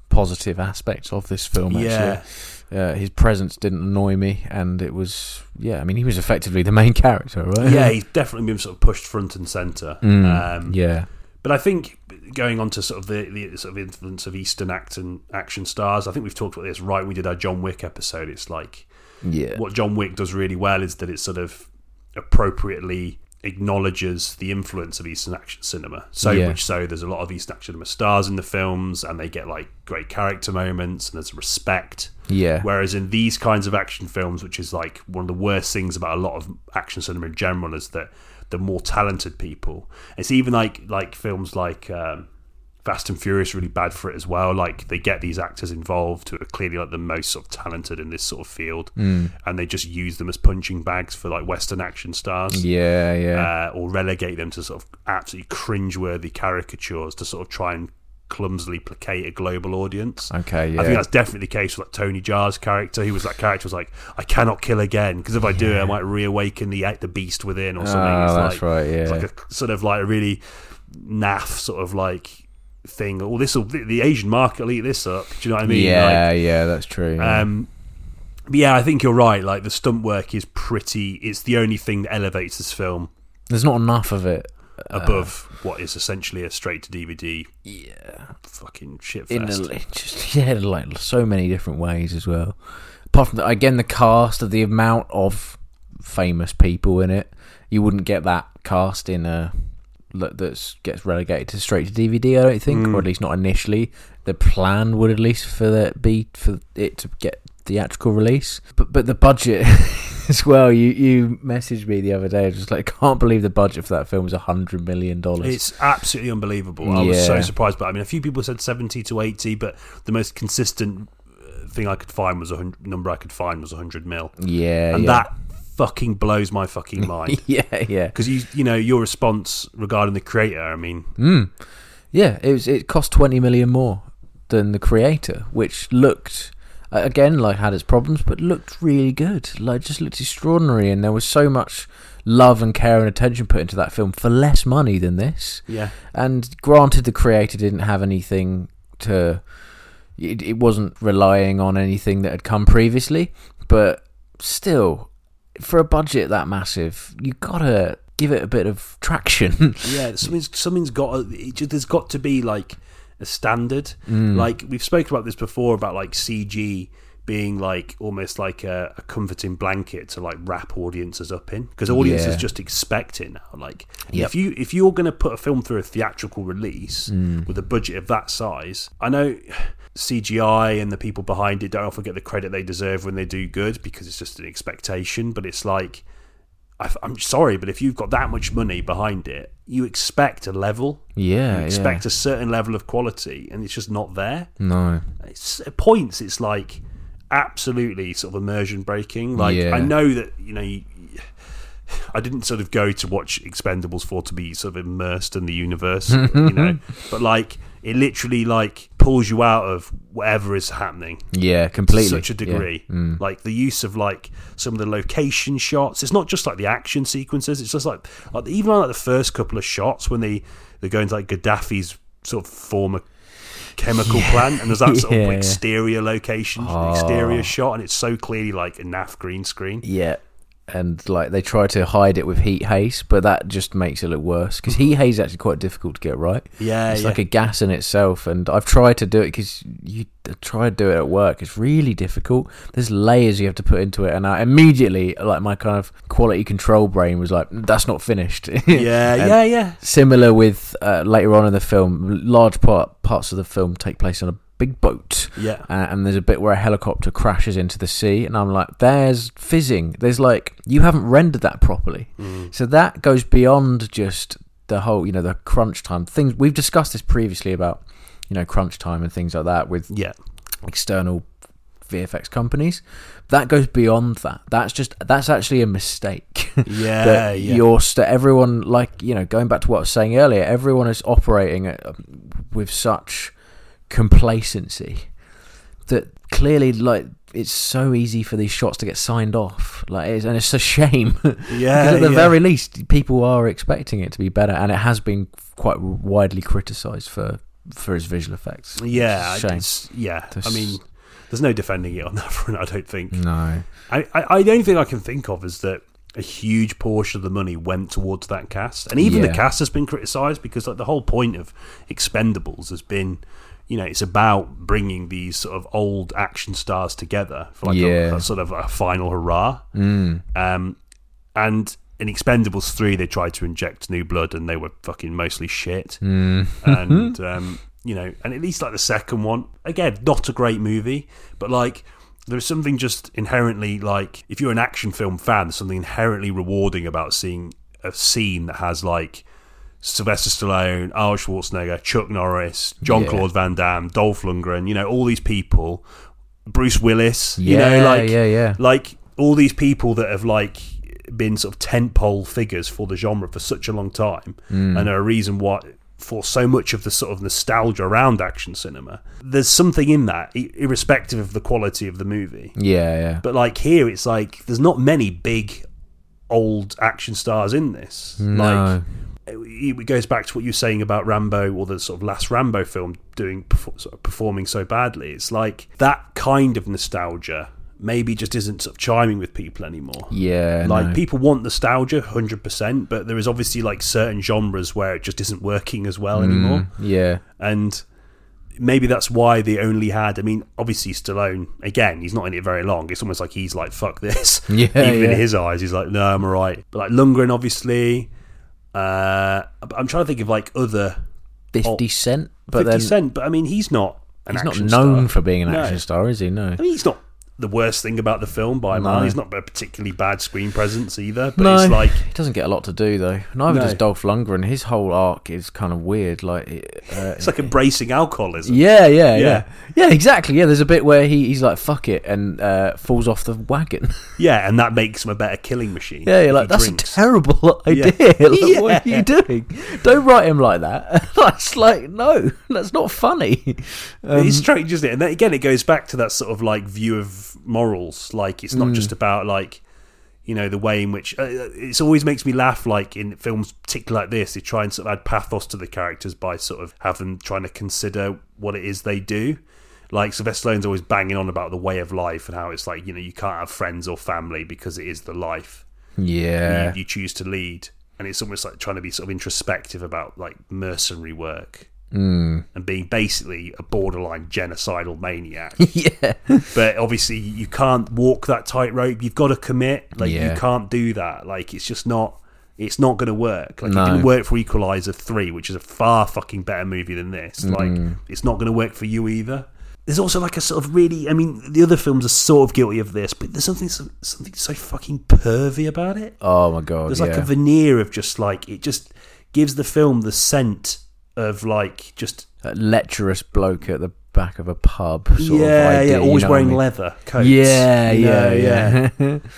Speaker 2: positive aspects of this film. Actually.
Speaker 1: yeah,
Speaker 2: Uh, his presence didn't annoy me, and it was yeah. I mean, he was effectively the main character, right?
Speaker 1: yeah, he's definitely been sort of pushed front and center.
Speaker 2: Mm.
Speaker 1: Um,
Speaker 2: yeah,
Speaker 1: But I think going on to sort of the, the sort of influence of Eastern act and action stars, I think we've talked about this right when we did our John Wick episode. It's like
Speaker 2: yeah,
Speaker 1: what John Wick does really well is that it sort of appropriately acknowledges the influence of Eastern action cinema. So
Speaker 2: Yeah.
Speaker 1: much so there's a lot of Eastern action cinema stars in the films and they get like great character moments and there's respect.
Speaker 2: yeah,
Speaker 1: Whereas in these kinds of action films, which is like one of the worst things about a lot of action cinema in general, is that the more talented people. It's even like like films like um, Fast and Furious are really bad for it as well. Like they get these actors involved who are clearly like the most sort of talented in this sort of field,
Speaker 2: Hmm.
Speaker 1: and they just use them as punching bags for like Western action stars.
Speaker 2: yeah, yeah.
Speaker 1: Uh, or relegate them to sort of absolutely cringeworthy caricatures to sort of try and clumsily placate a global audience.
Speaker 2: okay,
Speaker 1: Uh, I think
Speaker 2: yeah,
Speaker 1: that's definitely the case with like Tony Jar's character. He was that character was like, I cannot kill again because if I do, I might reawaken the the beast within or something.
Speaker 2: Oh,
Speaker 1: It's
Speaker 2: that's
Speaker 1: like,
Speaker 2: right,
Speaker 1: It's
Speaker 2: yeah.
Speaker 1: like a sort of like a really naff sort of like thing. Or this will the the Asian market will eat this up. Do you know what I mean?
Speaker 2: yeah, yeah. That's true.
Speaker 1: Like,
Speaker 2: yeah.
Speaker 1: um, but yeah, I think you're right. Like the stunt work is pretty. It's the only thing that elevates this film
Speaker 2: There's not enough of it. uh,
Speaker 1: above what is essentially a straight to DVD. Yeah. Fucking shit
Speaker 2: in a,
Speaker 1: fest.
Speaker 2: it just yeah, like so many different ways as well. Apart from the, again the cast of the amount of famous people in it, you wouldn't get that cast in a that that's gets relegated to straight to DVD. I don't think,
Speaker 1: Hmm.
Speaker 2: or at least not initially. The plan would at least for that be for it to get theatrical release, but but the budget. As well, you you messaged me the other day, just like can't believe the budget for that film was a hundred million dollars.
Speaker 1: It's absolutely unbelievable. I was so
Speaker 2: Yeah.
Speaker 1: surprised. But I mean, a few people said seventy to eighty, but the most consistent uh, thing I could find was a hun- number I could find was hundred mil,
Speaker 2: Yeah,
Speaker 1: and
Speaker 2: yeah.
Speaker 1: that fucking blows my fucking mind.
Speaker 2: yeah, yeah.
Speaker 1: Because you, you know, your response regarding the creator. I mean,
Speaker 2: Mm. Yeah, it was. It cost twenty million more than the creator, which looked uh, again like had its problems, but looked really good. Like just looked extraordinary, and there was so much love and care and attention put into that film for less money than this.
Speaker 1: yeah,
Speaker 2: And granted, the creator didn't have anything to. It, it wasn't relying on anything that had come previously, but still, for a budget that massive, you gotta give it a bit of traction.
Speaker 1: yeah. Something's something's got. It just, there's got to be like a standard.
Speaker 2: Mm.
Speaker 1: Like we've spoken about this before about like CG being like almost like a, a comforting blanket to like wrap audiences up in because audiences
Speaker 2: Yeah.
Speaker 1: just expect it now. Like
Speaker 2: Yep.
Speaker 1: if you if you're going to put a film through a theatrical release
Speaker 2: Mm.
Speaker 1: with a budget of that size, I know CGI and the people behind it don't often get the credit they deserve when they do good because it's just an expectation. But it's like I, I'm sorry, but if you've got that much money behind it, you expect a level.
Speaker 2: Yeah,
Speaker 1: You expect a certain level of quality, and it's just not there.
Speaker 2: yeah. No.
Speaker 1: It's, at points, it's like absolutely sort of immersion breaking. Like
Speaker 2: Yeah.
Speaker 1: I know that you know, you, I didn't sort of go to watch Expendables four to be sort of immersed in the universe, you know. But like, it literally like pulls you out of whatever is happening
Speaker 2: Yeah,
Speaker 1: to
Speaker 2: completely.
Speaker 1: such a
Speaker 2: Yeah. Mm.
Speaker 1: degree. Like the use of like some of the location shots. It's not just like the action sequences. It's just like, like even like the first couple of shots when they they go into like Gaddafi's sort of former chemical plant, and there's that sort
Speaker 2: Yeah.
Speaker 1: of exterior location,
Speaker 2: Oh.
Speaker 1: exterior shot, and it's so clearly like a naff green screen.
Speaker 2: Yeah. And like they try to hide it with heat haze, but that just makes it look worse because heat haze is actually quite difficult to get right.
Speaker 1: Yeah,
Speaker 2: it's
Speaker 1: Mm-hmm. Uh, yeah.
Speaker 2: like a gas in itself, and I've tried to do it because you try to do it at work. It's really difficult. There's layers you have to put into it, and I immediately like my kind of quality control brain was like, "That's not finished."
Speaker 1: yeah,
Speaker 2: And
Speaker 1: yeah, yeah.
Speaker 2: Similar with uh, later on in the film, large part parts of the film take place on a big boat.
Speaker 1: Yeah.
Speaker 2: Uh, and there's a bit where a helicopter crashes into the sea, and I'm like, there's fizzing. There's like, you haven't rendered that properly. So that goes beyond just the whole, you know, the crunch time things. We've discussed this previously about, you know, crunch time and things like that with
Speaker 1: Yeah.
Speaker 2: external VFX companies. That goes beyond that. That's just, that's actually a mistake.
Speaker 1: Yeah,
Speaker 2: that
Speaker 1: Uh, yeah.
Speaker 2: you're st- everyone like you know going back to what I was saying earlier everyone is operating uh, with such complacency that clearly like it's so easy for these shots to get signed off like it's, and it's a shame because
Speaker 1: Yeah,
Speaker 2: at the
Speaker 1: Uh, yeah.
Speaker 2: very least people are expecting it to be better and it has been quite widely criticized for for its visual effects
Speaker 1: yeah,
Speaker 2: It's a shame
Speaker 1: it's- yeah. I
Speaker 2: This-
Speaker 1: mean, there's no defending it on that front. I don't think.
Speaker 2: no
Speaker 1: I, I, I the only thing I can think of is that a huge portion of the money went towards that cast, and even
Speaker 2: Yeah.
Speaker 1: the cast has been criticised because like the whole point of Expendables has been, you know, it's about bringing these sort of old action stars together for like a-
Speaker 2: Yeah. Mm.
Speaker 1: a, sort of a final hurrah. Um, and in Expendables three, they tried to inject new blood, and they were fucking mostly shit. and um, you know, and at least like the second one, again, not a great movie, but like there's something just inherently like if you're an action film fan, there's something inherently rewarding about seeing a scene that has like. Sylvester Stallone, Arnold Schwarzenegger, Chuck Norris, John
Speaker 2: Yeah.
Speaker 1: Claude Van Damme, Dolph Lundgren, you know, all these people, Bruce Willis, you
Speaker 2: Yeah,
Speaker 1: know, like
Speaker 2: yeah, yeah.
Speaker 1: like all these people that have like been sort of tentpole figures for the genre for such a long time
Speaker 2: Mm.
Speaker 1: and are a reason why for so much of the sort of nostalgia around action cinema there's something in that i- irrespective of the quality of the movie
Speaker 2: yeah yeah
Speaker 1: but like here it's like there's not many big old action stars in this like
Speaker 2: no
Speaker 1: it it goes back to what you were saying about Rambo or the sort of last Rambo film doing perfor- sort of performing so badly. It's like that kind of nostalgia maybe just isn't sort of chiming with people anymore.
Speaker 2: yeah
Speaker 1: Like
Speaker 2: no.
Speaker 1: people want nostalgia, hundred percent, but there is obviously like certain genres where it just isn't working as well anymore,
Speaker 2: Mm,
Speaker 1: Oh,
Speaker 2: yeah
Speaker 1: and maybe that's why they only had. I mean, obviously Stallone again, he's not in it very long. It's almost like he's like fuck this.
Speaker 2: Yeah,
Speaker 1: even
Speaker 2: yeah.
Speaker 1: in his eyes, he's like no, I'm alright. But like Lundgren, obviously, uh, but I'm trying to think of like other
Speaker 2: 50 cent but
Speaker 1: 50
Speaker 2: then
Speaker 1: Cent, but I mean he's not. An
Speaker 2: he's not
Speaker 1: action star.
Speaker 2: known for being an
Speaker 1: No.
Speaker 2: action star is he no
Speaker 1: I mean, he's not the worst thing about the film by a
Speaker 2: No.
Speaker 1: mile. He's not a particularly bad screen presence either. But
Speaker 2: no,
Speaker 1: it's like
Speaker 2: he doesn't get a lot to do though. Neither
Speaker 1: No.
Speaker 2: does Dolph Lundgren. His whole arc is kind of weird. Like, it- uh,
Speaker 1: it's like embracing alcoholism.
Speaker 2: yeah, yeah, yeah,
Speaker 1: Yeah.
Speaker 2: yeah, exactly. Yeah, there's a bit where he, he's like, "Fuck it," and uh, falls off the wagon.
Speaker 1: Yeah, and that makes him a better killing machine.
Speaker 2: yeah,
Speaker 1: if
Speaker 2: you're
Speaker 1: he
Speaker 2: like, "That's
Speaker 1: drinks."
Speaker 2: a terrible idea. Like, What are
Speaker 1: Yeah.
Speaker 2: you doing? Don't write him like that." that's like, no, that's not funny.
Speaker 1: It is strange, isn't it? And then again, it goes back to that sort of like view of morals. Like it's not just about like you know the way in which uh, it always makes me laugh. Like in films, particularly like this, they try and sort of add pathos to the characters by sort of have them trying to consider what it is they do. Like Sylvester Stallone's always banging on about the way of life and how it's like you know you can't have friends or family because it is the life
Speaker 2: Yeah,
Speaker 1: you, you choose to lead and it's almost like trying to be sort of introspective about like mercenary work
Speaker 2: Hmm.
Speaker 1: and being basically a borderline genocidal maniac
Speaker 2: yeah,
Speaker 1: but obviously you can't walk that tightrope you've got to commit like
Speaker 2: Yeah.
Speaker 1: you can't do that like it's just not it's not going to work like
Speaker 2: No.
Speaker 1: it didn't work for
Speaker 2: Mm-hmm.
Speaker 1: equalizer 3 which is a far fucking better movie than this like it's not going to work for you either there's also like a sort of really. I mean, the other films are sort of guilty of this, but there's something so, something so fucking pervy about it.
Speaker 2: Oh my god!
Speaker 1: There's
Speaker 2: yeah.
Speaker 1: like a veneer of just like it just gives the film the scent of like just
Speaker 2: a lecherous bloke at the back of a pub. Sort
Speaker 1: yeah
Speaker 2: of idea,
Speaker 1: yeah
Speaker 2: you
Speaker 1: always
Speaker 2: know what I
Speaker 1: wearing
Speaker 2: mean?
Speaker 1: leather coats.
Speaker 2: Yeah,
Speaker 1: You
Speaker 2: yeah,
Speaker 1: know,
Speaker 2: yeah,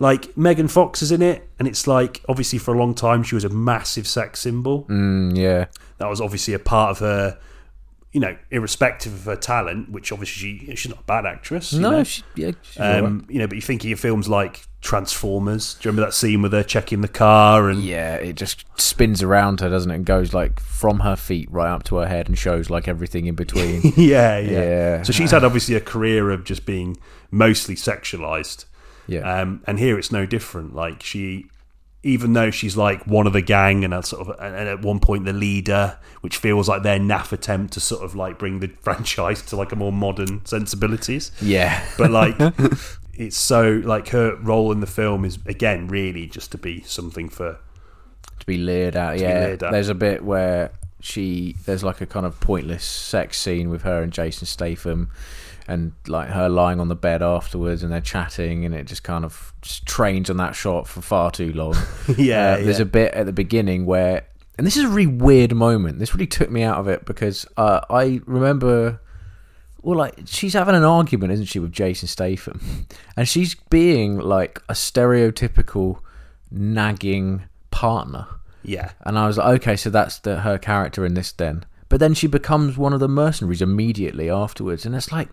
Speaker 1: Like Megan Fox is in it, and it's like obviously for a long time she was a massive sex symbol.
Speaker 2: mm, yeah.
Speaker 1: That was obviously a part of her. You know, irrespective of her talent, which obviously she, she's not a bad actress. you
Speaker 2: No,
Speaker 1: know?
Speaker 2: she, yeah, she's alright.
Speaker 1: Um, you know, but you think of your films like Transformers. Do you remember that scene where they're checking the car and
Speaker 2: yeah, it just spins around her, doesn't it? And goes like from her feet right up to her head and shows like everything in between.
Speaker 1: yeah, yeah,
Speaker 2: Yeah.
Speaker 1: So she's had obviously a career of just being mostly sexualized,
Speaker 2: yeah,
Speaker 1: um, and here it's no different. Like she, even though she's like one of the gang and a sort of, and at one point the leader, which feels like their naff attempt to sort of like bring the franchise to like a more modern sensibilities.
Speaker 2: yeah,
Speaker 1: but like it's so like her role in the film is again really just to be something for
Speaker 2: to be leered at. yeah,
Speaker 1: leered at.
Speaker 2: there's a bit where she there's like a kind of pointless sex scene with her and Jason Statham, and like her lying on the bed afterwards, and they're chatting, and it just kind of just trains on that shot for far too long.
Speaker 1: yeah,
Speaker 2: Uh, there's
Speaker 1: yeah.
Speaker 2: a bit at the beginning where, and this is a really weird moment. This really took me out of it because uh, I remember, well, like she's having an argument, isn't she, with Jason Statham, and she's being like a stereotypical nagging partner.
Speaker 1: yeah.
Speaker 2: And I was like, okay, so that's the, her character in this then. But then she becomes one of the mercenaries immediately afterwards. And it's like,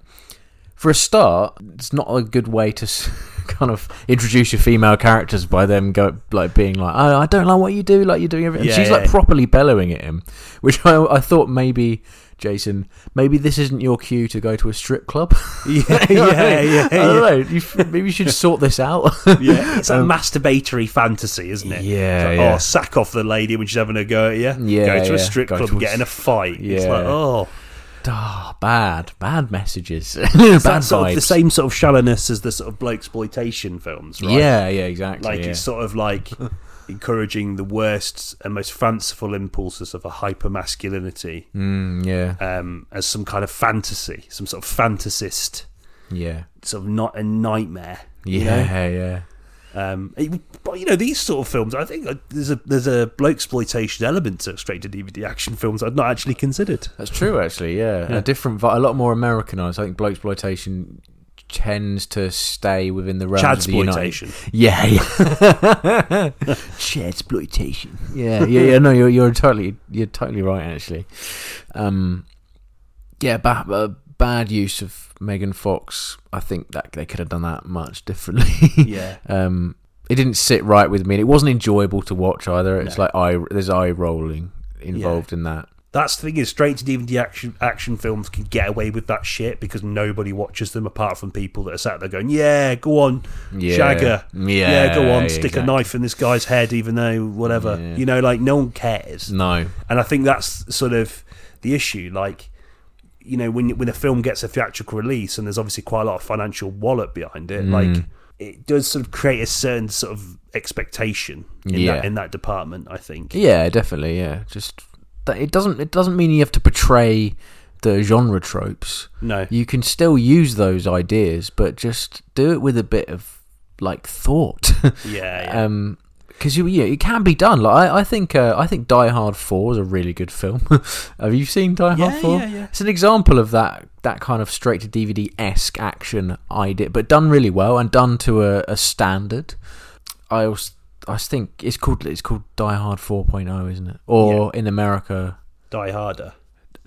Speaker 2: for a start, it's not a good way to s- kind of introduce your female characters by them go like being like, oh, I don't like what you do, like you're doing everything.
Speaker 1: Yeah,
Speaker 2: She's like
Speaker 1: yeah.
Speaker 2: properly bellowing at him, which I, I thought maybe, Jason, maybe this isn't your cue to go to a strip club.
Speaker 1: Yeah,
Speaker 2: You know what I
Speaker 1: yeah,
Speaker 2: mean?
Speaker 1: yeah,
Speaker 2: I don't
Speaker 1: yeah.
Speaker 2: know. You, f- maybe you should sort this out.
Speaker 1: Yeah, it's a masturbatory fantasy, isn't it?
Speaker 2: Um, Yeah,
Speaker 1: It's like,
Speaker 2: yeah.
Speaker 1: Oh, sack off the lady when she's having a go at you.
Speaker 2: Yeah,
Speaker 1: Go to
Speaker 2: yeah.
Speaker 1: a strip
Speaker 2: Go
Speaker 1: club
Speaker 2: to
Speaker 1: and
Speaker 2: a
Speaker 1: get in a fight. It's
Speaker 2: Yeah.
Speaker 1: like, oh.
Speaker 2: Ah, bad, bad messages. bad
Speaker 1: That's sort of the
Speaker 2: vibes.
Speaker 1: same sort of shallowness as the sort of bloke exploitation films, right?
Speaker 2: Yeah, yeah, exactly.
Speaker 1: Like,
Speaker 2: yeah.
Speaker 1: it's sort of like encouraging the worst and most fanciful impulses of a hyper masculinity
Speaker 2: Mm, yeah,
Speaker 1: um, as some kind of fantasy, some sort of fantasist,
Speaker 2: yeah,
Speaker 1: sort of not a nightmare.
Speaker 2: yeah,
Speaker 1: You know?
Speaker 2: yeah.
Speaker 1: Um, it- but you know these sort of films, I think uh, there's a there's a bloke exploitation element to straight to DVD action films I'd not actually considered.
Speaker 2: That's true, actually. Yeah, a different, vi- a lot more Americanized. I think bloke exploitation tends to stay within the realms
Speaker 1: Chad
Speaker 2: of the United.
Speaker 1: exploitation.
Speaker 2: Yeah, yeah. Chad exploitation. Yeah, yeah, yeah. No, you're you're totally you're totally right. Actually, um, yeah, bad uh, bad use of Megan Fox. I think that they could have done that much differently.
Speaker 1: Yeah,
Speaker 2: um, it didn't sit right with me. and It wasn't enjoyable to watch either. It's like eye there's eye rolling involved in that.
Speaker 1: that's the thing is straight to DVD action action films can get away with that shit because nobody watches them apart from people that are sat there going, "Yeah, go on,
Speaker 2: Yeah.
Speaker 1: Shagger,
Speaker 2: Yeah,
Speaker 1: go on,
Speaker 2: yeah,
Speaker 1: stick
Speaker 2: exactly.
Speaker 1: a knife in this guy's head, even though whatever."
Speaker 2: Yeah.
Speaker 1: You know, like no one cares.
Speaker 2: No.
Speaker 1: and I think that's sort of the issue. Like, you know, when when a film gets a theatrical release, and there's obviously quite a lot of financial wallet behind it,
Speaker 2: Mm.
Speaker 1: like it does sort of create a certain sort of expectation in
Speaker 2: Yeah.
Speaker 1: that in that department. I think.
Speaker 2: Yeah, definitely. Yeah, just that it doesn't it doesn't mean you have to portray the genre tropes.
Speaker 1: No.
Speaker 2: You can still use those ideas, but just do it with a bit of like thought.
Speaker 1: Yeah. yeah.
Speaker 2: Um 'cause because you, yeah, it can be done. Like I, I think, uh, I think Die Hard Four is a really good film. Have you seen Die
Speaker 1: Yeah,
Speaker 2: Hard Four?
Speaker 1: yeah, yeah.
Speaker 2: It's an example of that that kind of straight to DVD esque action idea, but done really well and done to a, a standard. I also, I think it's called it's called Die Hard 4.0, isn't it? Or in America,
Speaker 1: Die Harder.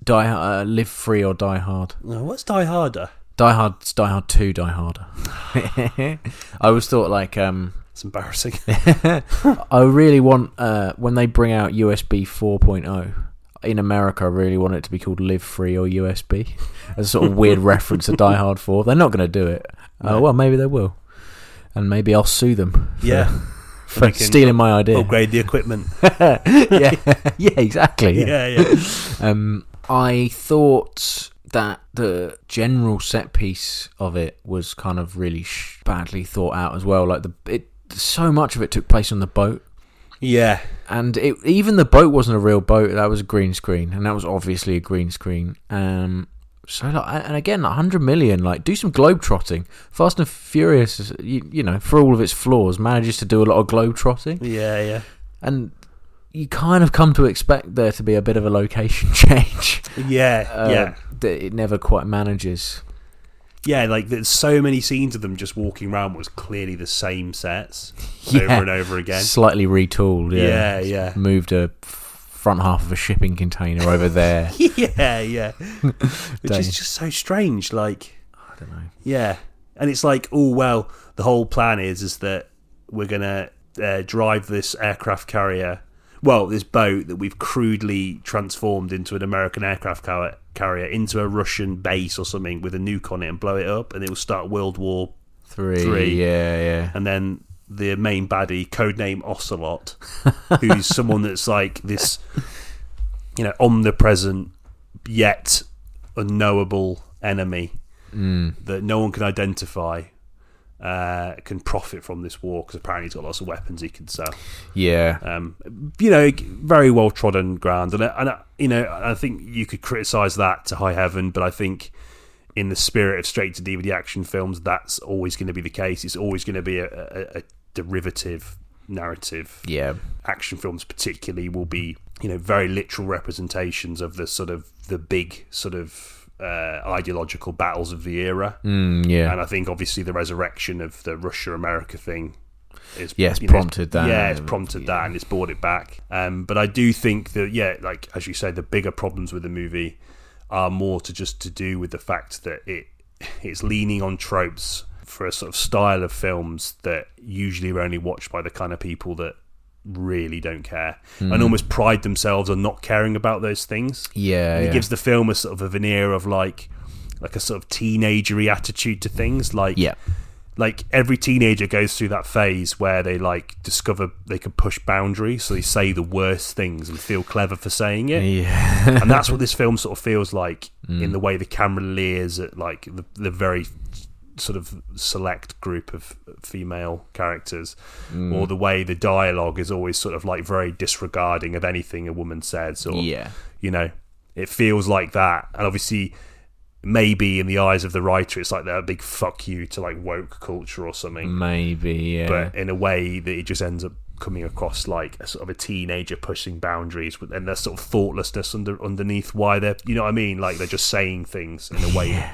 Speaker 2: Die uh, Live Free or Die Hard.
Speaker 1: No, what's Die Harder?
Speaker 2: Die Hard, Die Hard Two, Die Harder. I always thought like um,
Speaker 1: It's embarrassing.
Speaker 2: I really want uh, when they bring out USB 4.0 in America. I really want it to be called Live Free or USB as a sort of weird reference to Die Hard 4. They're not going to do it. Uh,
Speaker 1: No.
Speaker 2: well, maybe they will, and maybe I'll sue them for,
Speaker 1: yeah.
Speaker 2: for
Speaker 1: we can
Speaker 2: stealing my idea.
Speaker 1: Upgrade the equipment.
Speaker 2: yeah, yeah, exactly. Yeah.
Speaker 1: Yeah, yeah.
Speaker 2: Um, I thought that the general set piece of it was kind of really sh- badly thought out as well. Like the it, so much of it took place on the boat.
Speaker 1: Yeah.
Speaker 2: and it, even the boat wasn't a real boat that was a green screen and that was obviously a green screen um So like, and and again, like, hundred million. Like, do some globe trotting. Fast and Furious, is, you, you know, for all of its flaws, manages to do a lot of globe trotting,
Speaker 1: Yeah, yeah.
Speaker 2: and you kind of come to expect there to be a bit of a location change.
Speaker 1: Yeah,
Speaker 2: Uh,
Speaker 1: yeah.
Speaker 2: that it never quite manages.
Speaker 1: Yeah, like there's so many scenes of them just walking around was clearly the same sets over
Speaker 2: Yeah.
Speaker 1: and over again.
Speaker 2: Slightly retooled.
Speaker 1: Yeah,
Speaker 2: Yeah,
Speaker 1: yeah.
Speaker 2: Moved a f- front half of a shipping container over there.
Speaker 1: yeah, yeah. Which
Speaker 2: Dang.
Speaker 1: is just so strange. Like,
Speaker 2: I don't know.
Speaker 1: yeah, and it's like, oh well, the whole plan is is that we're gonna uh, drive this aircraft carrier, well, this boat that we've crudely transformed into an American aircraft car- carrier into a Russian base or something with a nuke on it and blow it up, and it will start World War.
Speaker 2: Three.
Speaker 1: Three.
Speaker 2: Yeah, yeah.
Speaker 1: And then the main baddie, codename Ocelot, who's someone that's like this, you know, omnipresent yet unknowable enemy that no one can identify, uh, can profit from this war because apparently he's got lots of weapons he can sell.
Speaker 2: Yeah.
Speaker 1: Um, you know, very well trodden ground, and I- and I- you know, I think you could criticise that to high heaven, but I think. In the spirit of straight to DVD action films, that's always going to be the case. It's always going to be a, a, a derivative narrative
Speaker 2: Yeah.
Speaker 1: action films particularly will be you know very literal representations of the sort of the big sort of uh, ideological battles of the era
Speaker 2: Mm, yeah.
Speaker 1: and i think obviously the resurrection of the russia america thing is
Speaker 2: Yeah, it's
Speaker 1: you know,
Speaker 2: prompted that.
Speaker 1: yeah it's prompted that and it's brought it back um, but i do think that yeah like as you say the bigger problems with the movie are more to just to do with the fact that it it's leaning on tropes for a sort of style of films that usually are only watched by the kind of people that really don't care
Speaker 2: Hmm.
Speaker 1: and almost pride themselves on not caring about those things
Speaker 2: Yeah.
Speaker 1: and it
Speaker 2: yeah.
Speaker 1: gives the film a sort of a veneer of like like a sort of teenagery attitude to things like
Speaker 2: yeah.
Speaker 1: like every teenager goes through that phase where they like discover they can push boundaries so they say the worst things and feel clever for saying it
Speaker 2: Yeah. Mm.
Speaker 1: and that's what this film sort of feels like in the way the camera leers at like the, the very sort of select group of female characters
Speaker 2: Mm.
Speaker 1: or the way the dialogue is always sort of like very disregarding of anything a woman says or
Speaker 2: yeah.
Speaker 1: you know it feels like that and obviously maybe in the eyes of the writer it's like they're a big fuck you to like woke culture or something
Speaker 2: Maybe. Mm, Yeah.
Speaker 1: but in a way that it just ends up coming across like a sort of a teenager pushing boundaries with- and their sort of thoughtlessness under underneath why they're you know what i mean like they're just saying things in a way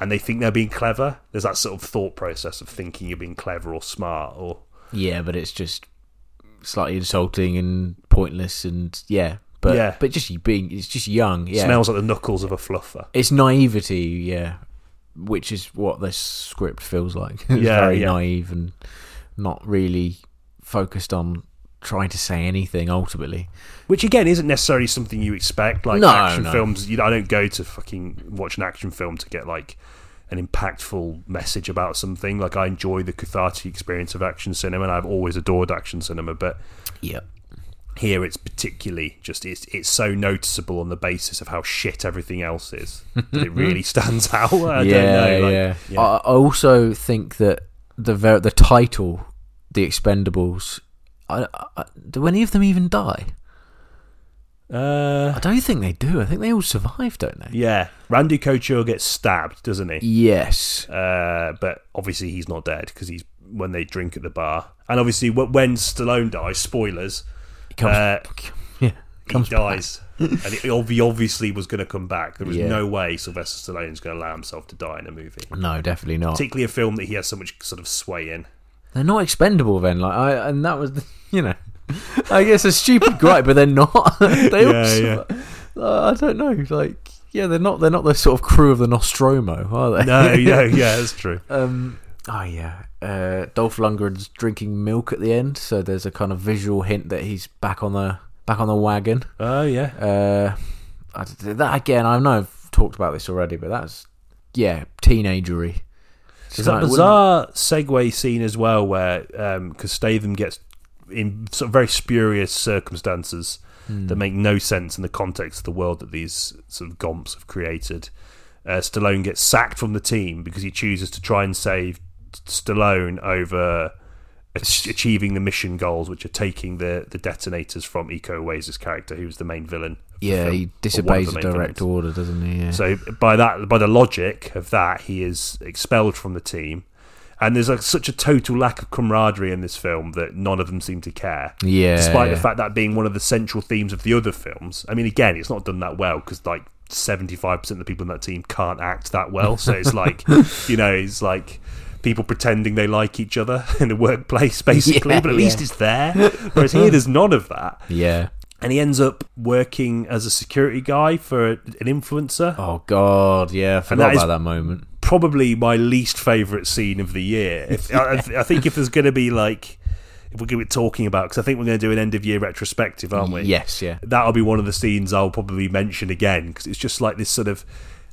Speaker 1: and they think they're being clever there's that sort of thought process of thinking you're being clever or smart or
Speaker 2: yeah, but it's just slightly insulting and pointless and yeah. But
Speaker 1: Yeah.
Speaker 2: but just you being it's just young. Yeah.
Speaker 1: smells like the knuckles of a fluffer
Speaker 2: it's naivety, yeah, which is what this script feels like. it's
Speaker 1: Yeah,
Speaker 2: very
Speaker 1: yeah.
Speaker 2: naive and not really focused on trying to say anything ultimately.
Speaker 1: which again isn't necessarily something you expect. Like
Speaker 2: No,
Speaker 1: action
Speaker 2: no.
Speaker 1: films, you know, I don't go to fucking watch an action film to get like an impactful message about something. Like I enjoy the cathartic experience of action cinema, and I've always adored action cinema. But
Speaker 2: Yeah.
Speaker 1: here, it's particularly just it's it's so noticeable on the basis of how shit everything else is that it really stands out. I don't know. Like,
Speaker 2: yeah.
Speaker 1: yeah.
Speaker 2: I I also think that the ver- the title, the Expendables, I, I, I- do any of them even die?
Speaker 1: Uh,
Speaker 2: I don't think they do. I think they all survive, don't they?
Speaker 1: yeah, Randy Couture gets stabbed, doesn't he?
Speaker 2: Yes.
Speaker 1: Uh, but obviously he's not dead because he's when they drink at the bar, and obviously wh- when Stallone dies, spoilers,
Speaker 2: It comes-
Speaker 1: Uh,
Speaker 2: yeah.
Speaker 1: he
Speaker 2: comes back.
Speaker 1: dies, and it, ob- he obviously was going to come back. There was
Speaker 2: Yeah.
Speaker 1: no way Sylvester Stallone's going to allow himself to die in a movie,
Speaker 2: No, definitely not.
Speaker 1: particularly a film that he has so much sort of sway in.
Speaker 2: They're not expendable then. Like I, and that was, the- you know, I guess a stupid gripe, but they're not. they
Speaker 1: Yeah,
Speaker 2: also, Uh, I don't know. Like, yeah, they're not. They're not the sort of crew of the Nostromo, are they?
Speaker 1: No, no, yeah, that's true.
Speaker 2: Um. Oh yeah. Uh, Dolph Lundgren's drinking milk at the end, so there's a kind of visual hint that he's back on the back on the wagon.
Speaker 1: Oh yeah,
Speaker 2: Uh, I, that again. I know I've talked about this already, but that's yeah, teenagery.
Speaker 1: There's that bizarre segue scene as well where because Statham gets in sort of very spurious circumstances
Speaker 2: Hmm.
Speaker 1: that make no sense in the context of the world that these sort of gomps have created. Uh, Stallone gets sacked from the team because he chooses to try and save Stallone over ach- achieving the mission goals, which are taking the, the detonators from Eco Ways' character, who's the main villain. of the
Speaker 2: Yeah,
Speaker 1: film, or
Speaker 2: he
Speaker 1: one of
Speaker 2: disobeys
Speaker 1: the
Speaker 2: a
Speaker 1: main
Speaker 2: direct
Speaker 1: villains.
Speaker 2: order, doesn't he? Yeah.
Speaker 1: So by that, by the logic of that, he is expelled from the team. And there's like such a total lack of camaraderie in this film that none of them seem to care.
Speaker 2: yeah.
Speaker 1: despite
Speaker 2: yeah.
Speaker 1: the fact that being one of the central themes of the other films. I mean, again, it's not done that well because like seventy five percent of the people in that team can't act that well. So it's like you know, it's like people pretending they like each other in the workplace, basically.
Speaker 2: Yeah,
Speaker 1: but at
Speaker 2: yeah.
Speaker 1: least it's there. Whereas here, there's none of that,
Speaker 2: Yeah.
Speaker 1: and he ends up working as a security guy for an influencer.
Speaker 2: Oh God, yeah, I forgot
Speaker 1: that
Speaker 2: about
Speaker 1: is-
Speaker 2: that moment.
Speaker 1: Probably my least favorite scene of the year. If, I, I think if there's going to be like. If we're going to be talking about, because I think we're going to do an end of year retrospective, aren't we?
Speaker 2: Yes, yeah.
Speaker 1: that'll be one of the scenes I'll probably mention again because it's just like this sort of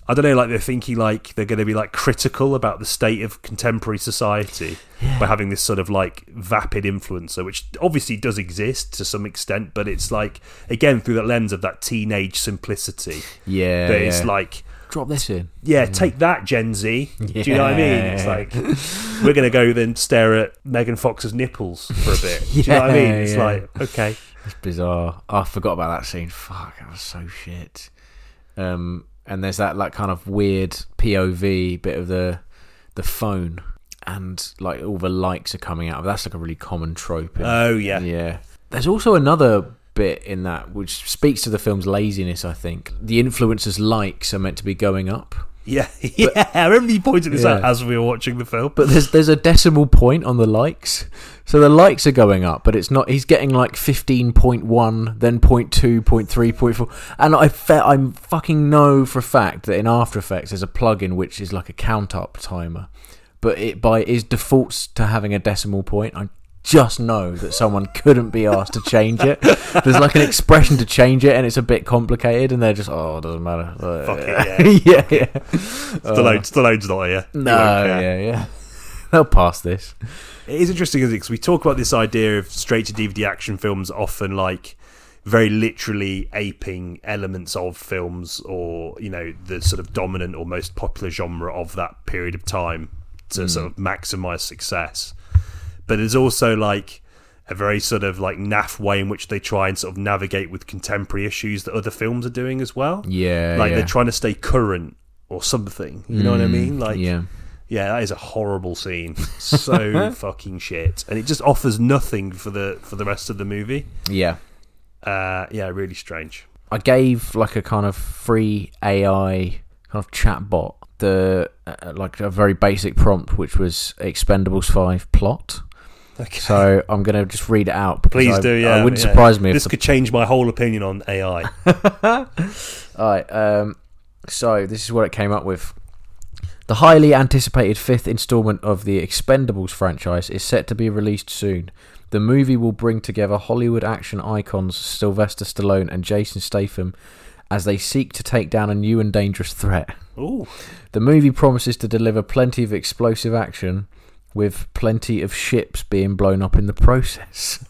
Speaker 1: I don't know like they're thinking like they're going to be like critical about the state of contemporary society by having this sort of like vapid influencer which obviously does exist to some extent but it's like again through that lens of that teenage simplicity
Speaker 2: Yeah.
Speaker 1: that it's
Speaker 2: yeah.
Speaker 1: like
Speaker 2: drop this in.
Speaker 1: yeah, take that, Gen Z. Do you know what I mean? It's
Speaker 2: Yeah.
Speaker 1: like we're going to go then stare at Megan Fox's nipples for a bit. Do you know what I mean?
Speaker 2: Yeah,
Speaker 1: It's
Speaker 2: yeah.
Speaker 1: like okay,
Speaker 2: It's bizarre. Oh, I forgot about that scene. Fuck, that was so shit. Um, and there's that like kind of weird POV bit of the the phone, and like all the likes are coming out. That's like a really common trope. In,
Speaker 1: oh yeah,
Speaker 2: yeah. There's also another bit in that which speaks to the film's laziness. I think the influencers' likes are meant to be going up.
Speaker 1: Yeah, yeah. I remember you pointed this out
Speaker 2: Yeah.
Speaker 1: as we were watching the film.
Speaker 2: But there's there's a decimal point on the likes, so the likes are going up, but it's not. He's getting like fifteen point one, then point two, point three, point four, and I fe- I fucking know for a fact that in After Effects there's a plugin which is like a count up timer, but it by is defaults to having a decimal point. I just know that someone couldn't be asked to change it. There's like an expression to change it, and it's a bit complicated, and they're just oh, it doesn't matter.
Speaker 1: Fuck
Speaker 2: it, yeah, yeah.
Speaker 1: Stallone, Stallone's not here. He
Speaker 2: uh, No,
Speaker 1: won't care.
Speaker 2: yeah, yeah. They'll pass this.
Speaker 1: It is interesting, isn't it? Because we talk about this idea of straight to DVD action films often like very literally aping elements of films or, you know, the sort of dominant or most popular genre of that period of time to
Speaker 2: Mm.
Speaker 1: sort of maximize success. But there's also like a very sort of like naff way in which they try and sort of navigate with contemporary issues that other films are doing as well.
Speaker 2: Yeah,
Speaker 1: like
Speaker 2: yeah. Mm,
Speaker 1: they're trying to stay current or something. You know what I mean? Like,
Speaker 2: yeah,
Speaker 1: yeah, that is a horrible scene. So fucking shit, and it just offers nothing for the for the rest of the movie.
Speaker 2: yeah.
Speaker 1: Uh, yeah, really strange.
Speaker 2: I gave like a kind of free AI kind of chatbot the uh, like a very basic prompt, which was Expendables Five plot.
Speaker 1: Okay.
Speaker 2: So I'm gonna just read uh, it out. because
Speaker 1: Please
Speaker 2: I-
Speaker 1: do,
Speaker 2: I
Speaker 1: yeah.
Speaker 2: wouldn't
Speaker 1: yeah.
Speaker 2: surprise me if
Speaker 1: This
Speaker 2: the
Speaker 1: could change my whole opinion on AI.
Speaker 2: All right. Um, so this is what it came up with. The highly anticipated fifth installment of the Expendables franchise is set to be released soon. The movie will bring together Hollywood action icons Sylvester Stallone and Jason Statham as they seek to take down a new and dangerous threat.
Speaker 1: Ooh,
Speaker 2: The movie promises to deliver plenty of explosive action, with plenty of ships being blown up in the process.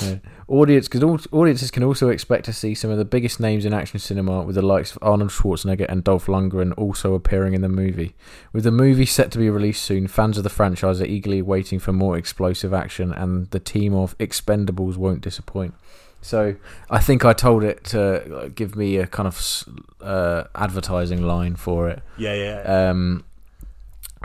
Speaker 2: Yeah. Audience can al- audiences can also expect to see some of the biggest names in action cinema, with the likes of Arnold Schwarzenegger and Dolph Lundgren also appearing in the movie. With the movie set to be released soon, fans of the franchise are eagerly waiting for more explosive action, and the team of Expendables won't disappoint. So I think I told it to uh, give me a kind of s- uh, advertising line for it.
Speaker 1: yeah, yeah.
Speaker 2: Um,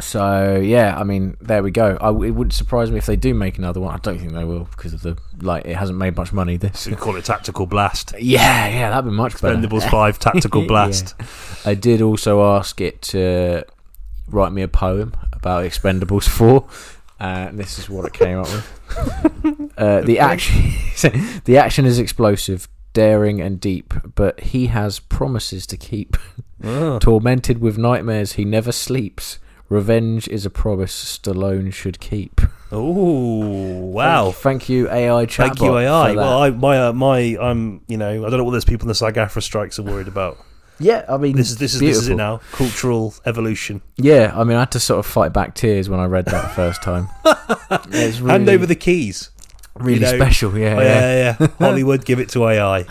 Speaker 2: so yeah, I mean, there we go. I, it wouldn't surprise me if they do make another one. I don't think they will because of the like. It hasn't made much money. This.
Speaker 1: So we call it tactical blast.
Speaker 2: Yeah, yeah, that'd be much better.
Speaker 1: Expendables Five Tactical
Speaker 2: uh, Yeah.
Speaker 1: Blast.
Speaker 2: I did also ask it to write me a poem about Expendables 4. Uh, and this is what it came up with. Uh, the action, the action is explosive, daring, and deep. But he has promises to keep. Tormented with nightmares, he never sleeps. Revenge is a promise Stallone should keep.
Speaker 1: Ooh, wow.
Speaker 2: Thank you, AI chatbot.
Speaker 1: Thank you, AI.
Speaker 2: for that.
Speaker 1: Well, I, my, uh, my, I'm, you know, I don't know what those people in the SAG-AFTRA strikes are worried about.
Speaker 2: yeah, I mean,
Speaker 1: This is, this is, this is it
Speaker 2: beautiful.
Speaker 1: now. Cultural evolution.
Speaker 2: Yeah, I mean, I had to sort of fight back tears when I read that first time. It's really,
Speaker 1: Hand over the keys.
Speaker 2: really
Speaker 1: know,
Speaker 2: special. Yeah,
Speaker 1: Oh, yeah, yeah. yeah. Hollywood, give it to AI.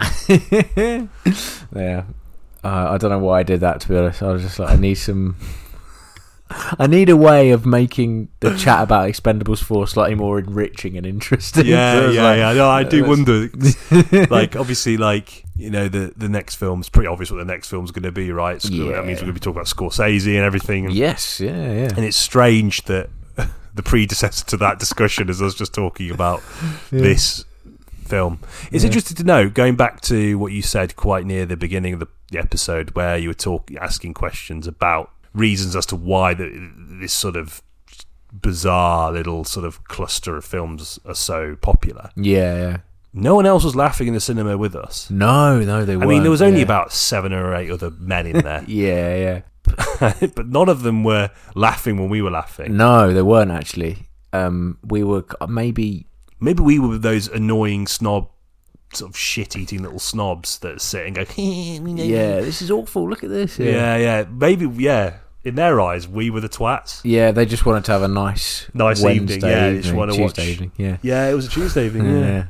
Speaker 2: Yeah. Uh, I don't know why I did that. To be honest, I was just like, I need some. I need a way of making the chat about Expendables 4 slightly more enriching and interesting. So
Speaker 1: yeah,
Speaker 2: it's
Speaker 1: yeah,
Speaker 2: like-
Speaker 1: yeah. No, I do
Speaker 2: that's-
Speaker 1: wonder. like, obviously, like you know, the the next film's pretty obvious what the next film's going to be, right? So
Speaker 2: Yeah.
Speaker 1: That means we're going to be talking about Scorsese and everything. And,
Speaker 2: Yes, yeah, yeah.
Speaker 1: and it's strange that the predecessor to that discussion is us just talking about this film. It's interesting to know, going back to what you said quite near the beginning of the, the episode, where you were talking, asking questions about reasons as to why the, this sort of bizarre little sort of cluster of films are so popular.
Speaker 2: Yeah, yeah.
Speaker 1: No one else was laughing in the cinema with us.
Speaker 2: No, no, they were
Speaker 1: I mean, there was only
Speaker 2: yeah.
Speaker 1: about seven or eight other men in there,
Speaker 2: Yeah, yeah.
Speaker 1: but none of them were laughing when we were laughing.
Speaker 2: No, they weren't actually. Um, we were c- maybe.
Speaker 1: Maybe we were those annoying snob, sort of shit-eating little snobs that sit and go,
Speaker 2: Yeah, this is awful. Look at this.
Speaker 1: yeah, yeah. Maybe, yeah. In their eyes, we were the twats.
Speaker 2: Yeah, they just wanted to have a nice,
Speaker 1: Nice
Speaker 2: Wednesday
Speaker 1: evening. Yeah, they just wanna
Speaker 2: Tuesday
Speaker 1: watch-
Speaker 2: evening. Yeah.
Speaker 1: Yeah, it was a Tuesday evening. Yeah,
Speaker 2: yeah.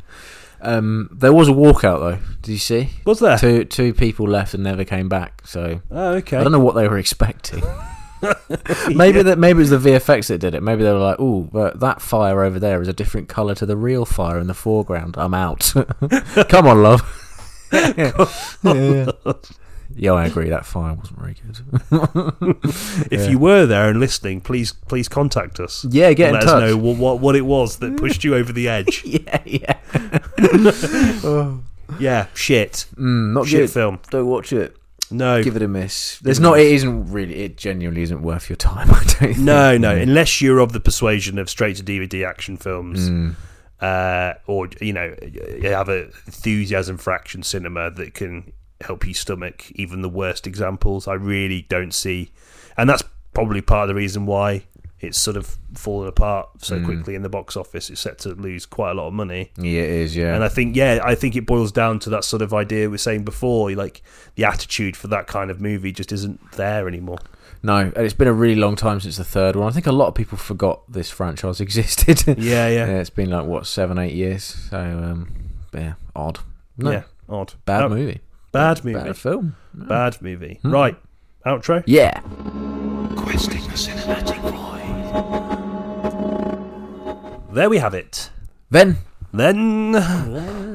Speaker 2: Um, there was a walkout though. Did you see?
Speaker 1: was there?
Speaker 2: Two two people left and never came back. So
Speaker 1: Oh, Uh. okay.
Speaker 2: I don't know what they were expecting. maybe that maybe it was the VFX that did it. Maybe they were like, "Oh, but that fire over there is a different color to the real fire in the foreground." I'm out. Come on, love. yeah. Yeah, yeah. Yeah, I agree. That fire wasn't very good.
Speaker 1: If you were there and listening, please, please contact us.
Speaker 2: yeah, get
Speaker 1: Let
Speaker 2: in
Speaker 1: us
Speaker 2: touch.
Speaker 1: know what, what what it was that pushed you over the edge.
Speaker 2: Yeah, yeah.
Speaker 1: yeah, shit,
Speaker 2: Mm, not
Speaker 1: shit
Speaker 2: good.
Speaker 1: film.
Speaker 2: Oh. Don't watch it.
Speaker 1: No,
Speaker 2: Give it a miss. There's not. It isn't really. It genuinely isn't worth your time. I don't. Think.
Speaker 1: No, no, unless you're of the persuasion of straight to DVD action films,
Speaker 2: Mm.
Speaker 1: uh, or you know, you have a enthusiasm for action cinema that can help you stomach even the worst examples. I really don't see, and that's probably part of the reason why it's sort of fallen apart so
Speaker 2: Mm.
Speaker 1: quickly in the box office. It's set to lose quite a lot of money.
Speaker 2: Yeah, it is. Yeah.
Speaker 1: And I think, yeah, I think it boils down to that sort of idea we were saying before. Like the attitude for that kind of movie just isn't there anymore.
Speaker 2: no, and it's been a really long time since the third one. I think a lot of people forgot this franchise existed.
Speaker 1: Yeah, yeah,
Speaker 2: it's been like what seven, eight years. So um, yeah, odd. No,
Speaker 1: yeah. Odd,
Speaker 2: bad
Speaker 1: Oh,
Speaker 2: movie.
Speaker 1: bad movie,
Speaker 2: Bad Hmm. film.
Speaker 1: Bad movie. Right. Outro.
Speaker 2: Yeah.
Speaker 3: Questing the cinematic void.
Speaker 1: There we have it.
Speaker 2: Then
Speaker 1: Then.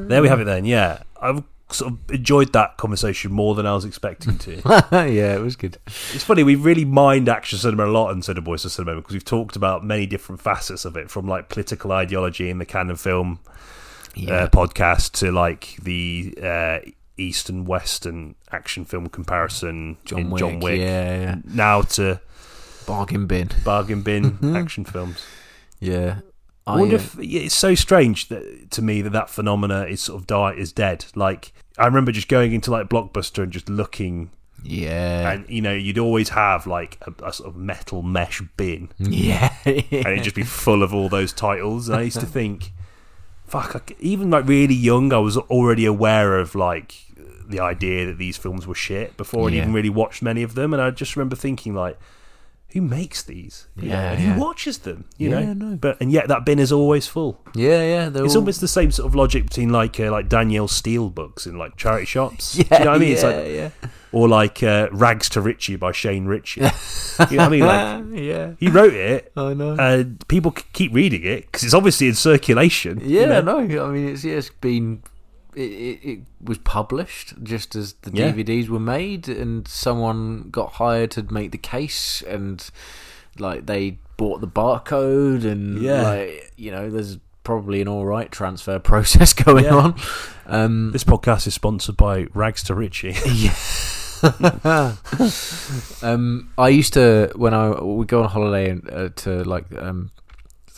Speaker 1: There we have it then, yeah. I've sort of enjoyed that conversation more than I was expecting to.
Speaker 2: yeah, it was good.
Speaker 1: it's funny, we really mined action cinema a lot in Cinema Boys to Cinema because we've talked about many different facets of it from like political ideology in the canon film uh, podcast to like the uh, East and West and action film comparison
Speaker 2: John
Speaker 1: in
Speaker 2: Wick.
Speaker 1: John Wick.
Speaker 2: Yeah, yeah.
Speaker 1: Now to
Speaker 2: Bargain bin.
Speaker 1: bargain bin action films.
Speaker 2: Yeah.
Speaker 1: I wonder
Speaker 2: uh,
Speaker 1: if yeah, it's so strange that to me that that phenomena is sort of die is dead. Like I remember just going into like Blockbuster and just looking,
Speaker 2: Yeah.
Speaker 1: and you know you'd always have like a, a sort of metal mesh bin,
Speaker 2: yeah.
Speaker 1: and it'd just be full of all those titles. And I used to think, fuck, I c even like really young, I was already aware of like the idea that these films were shit before
Speaker 2: Yeah.
Speaker 1: I'd even really watched many of them. And I just remember thinking like. Who makes these? You know,
Speaker 2: Yeah,
Speaker 1: and
Speaker 2: yeah.
Speaker 1: who watches them? You
Speaker 2: Yeah,
Speaker 1: know,
Speaker 2: no.
Speaker 1: but and yet that bin is always full.
Speaker 2: yeah, yeah. they're
Speaker 1: It's
Speaker 2: all-
Speaker 1: almost the same sort of logic between like uh, like Danielle Steele books in like charity shops.
Speaker 2: Yeah,
Speaker 1: Do you know what I mean?
Speaker 2: Yeah,
Speaker 1: It's like,
Speaker 2: yeah.
Speaker 1: or like uh, Rags to Richie by Shane Ritchie. you know what I mean? Like
Speaker 2: yeah.
Speaker 1: he wrote it.
Speaker 2: I know.
Speaker 1: Uh, people c- keep reading it because it's obviously in circulation. you
Speaker 2: yeah,
Speaker 1: know?
Speaker 2: no. I mean, it's yeah, it's been. It, it, it was published just as the
Speaker 1: Yeah.
Speaker 2: DVDs were made, and someone got hired to make the case, and like they bought the barcode, and
Speaker 1: Yeah.
Speaker 2: like, you know, there's probably an all right transfer process going
Speaker 1: Yeah.
Speaker 2: on. Um,
Speaker 1: This podcast is sponsored by Rags to Richie.
Speaker 2: um, I used to when I we go on holiday and, uh, to like um,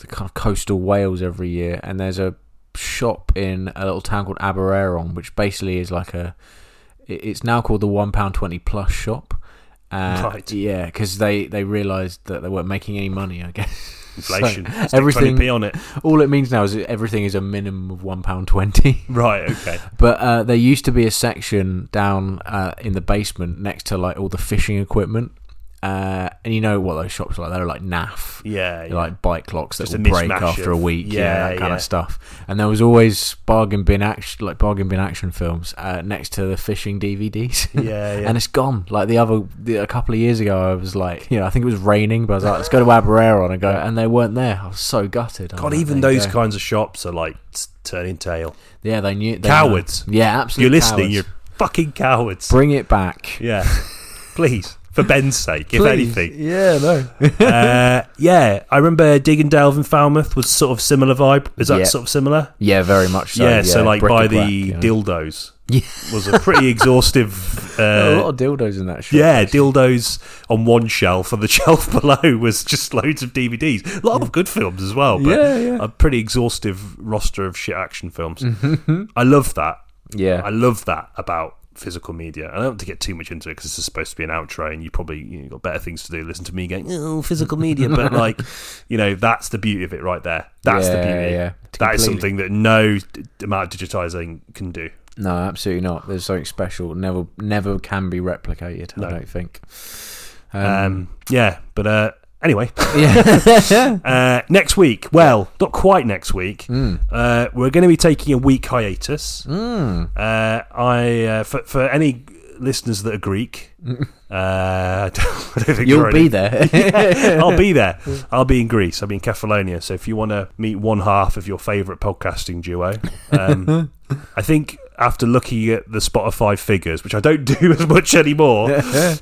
Speaker 2: the kind of coastal Wales every year, and there's a shop in a little town called Aberaeron, which basically is like a. it- It's now called the one pound twenty plus shop. Uh,
Speaker 1: Right.
Speaker 2: Yeah, because they they realised that they weren't making any money. I guess
Speaker 1: Inflation.
Speaker 2: So,
Speaker 1: Stick
Speaker 2: everything-
Speaker 1: 20p on it.
Speaker 2: all it means now is that everything is a minimum of one pound twenty.
Speaker 1: Right. Okay.
Speaker 2: But uh, there used to be a section down uh, in the basement next to like all the fishing equipment, Uh, and you know what those shops are like? They're like naff.
Speaker 1: Yeah, yeah.
Speaker 2: Like bike clocks that
Speaker 1: Just a
Speaker 2: will break
Speaker 1: mishmash
Speaker 2: after a
Speaker 1: of-
Speaker 2: week, yeah,
Speaker 1: yeah,
Speaker 2: that kind
Speaker 1: yeah.
Speaker 2: of stuff. And there was always bargain bin action, like bargain bin action films, uh, next to the fishing DVDs.
Speaker 1: Yeah, yeah.
Speaker 2: and it's gone. Like the other, the, a couple of years ago, I was like, you know, I think it was raining, but I was like, let's go to Aberrera and I go, and they weren't there. I was so gutted. I'm
Speaker 1: God,
Speaker 2: like,
Speaker 1: even
Speaker 2: there you
Speaker 1: those
Speaker 2: go.
Speaker 1: kinds of shops are like t- turning tail.
Speaker 2: yeah, they knew they
Speaker 1: Cowards.
Speaker 2: Knew. Yeah, absolutely.
Speaker 1: You're listening,
Speaker 2: cowards.
Speaker 1: you're fucking cowards.
Speaker 2: bring it back.
Speaker 1: yeah, please, for Ben's sake, if
Speaker 2: Please.
Speaker 1: anything.
Speaker 2: Yeah, no.
Speaker 1: uh, yeah, I remember Dig and Delve in Falmouth was sort of similar vibe. Is that
Speaker 2: Yeah.
Speaker 1: sort of similar?
Speaker 2: yeah, very much so.
Speaker 1: yeah, so like by the
Speaker 2: bric-a-brac, you know.
Speaker 1: dildos
Speaker 2: Yeah.
Speaker 1: was a pretty exhaustive.
Speaker 2: There were a
Speaker 1: Uh,
Speaker 2: lot of dildos in that shop.
Speaker 1: yeah,
Speaker 2: actually.
Speaker 1: dildos on one shelf, and the shelf below was just loads of DVDs. A lot of good films as well, but
Speaker 2: Yeah, yeah.
Speaker 1: a pretty exhaustive roster of shit action films.
Speaker 2: Mm-hmm.
Speaker 1: I love that.
Speaker 2: Yeah.
Speaker 1: I love that about physical media. And I don't want to get too much into it because this is supposed to be an outro, and you probably you know, got better things to do. Listen to me going, oh, physical media, but like, you know, that's the beauty of it right there. That's the
Speaker 2: Yeah,
Speaker 1: beauty.
Speaker 2: yeah.
Speaker 1: That is
Speaker 2: Completely.
Speaker 1: something that no d- amount of digitizing can do.
Speaker 2: no, absolutely not. There's something special. Never, never can be replicated.
Speaker 1: No.
Speaker 2: I don't think.
Speaker 1: Um, yeah, but uh, anyway,
Speaker 2: yeah. Hmm.
Speaker 1: uh, next week. Well, not quite next week.
Speaker 2: Mm.
Speaker 1: Uh, we're going to be taking a week hiatus.
Speaker 2: Hmm.
Speaker 1: Uh, I uh, for for any listeners that are Greek. Uh, I don't, I don't think there
Speaker 2: Mm. You'll
Speaker 1: are
Speaker 2: be
Speaker 1: any.
Speaker 2: there.
Speaker 1: I'll be there. I'll be in Greece. I'll be in Kefalonia. So if you want to meet one half of your favourite podcasting duo, um, I think after looking at the Spotify figures, which I don't do as much anymore,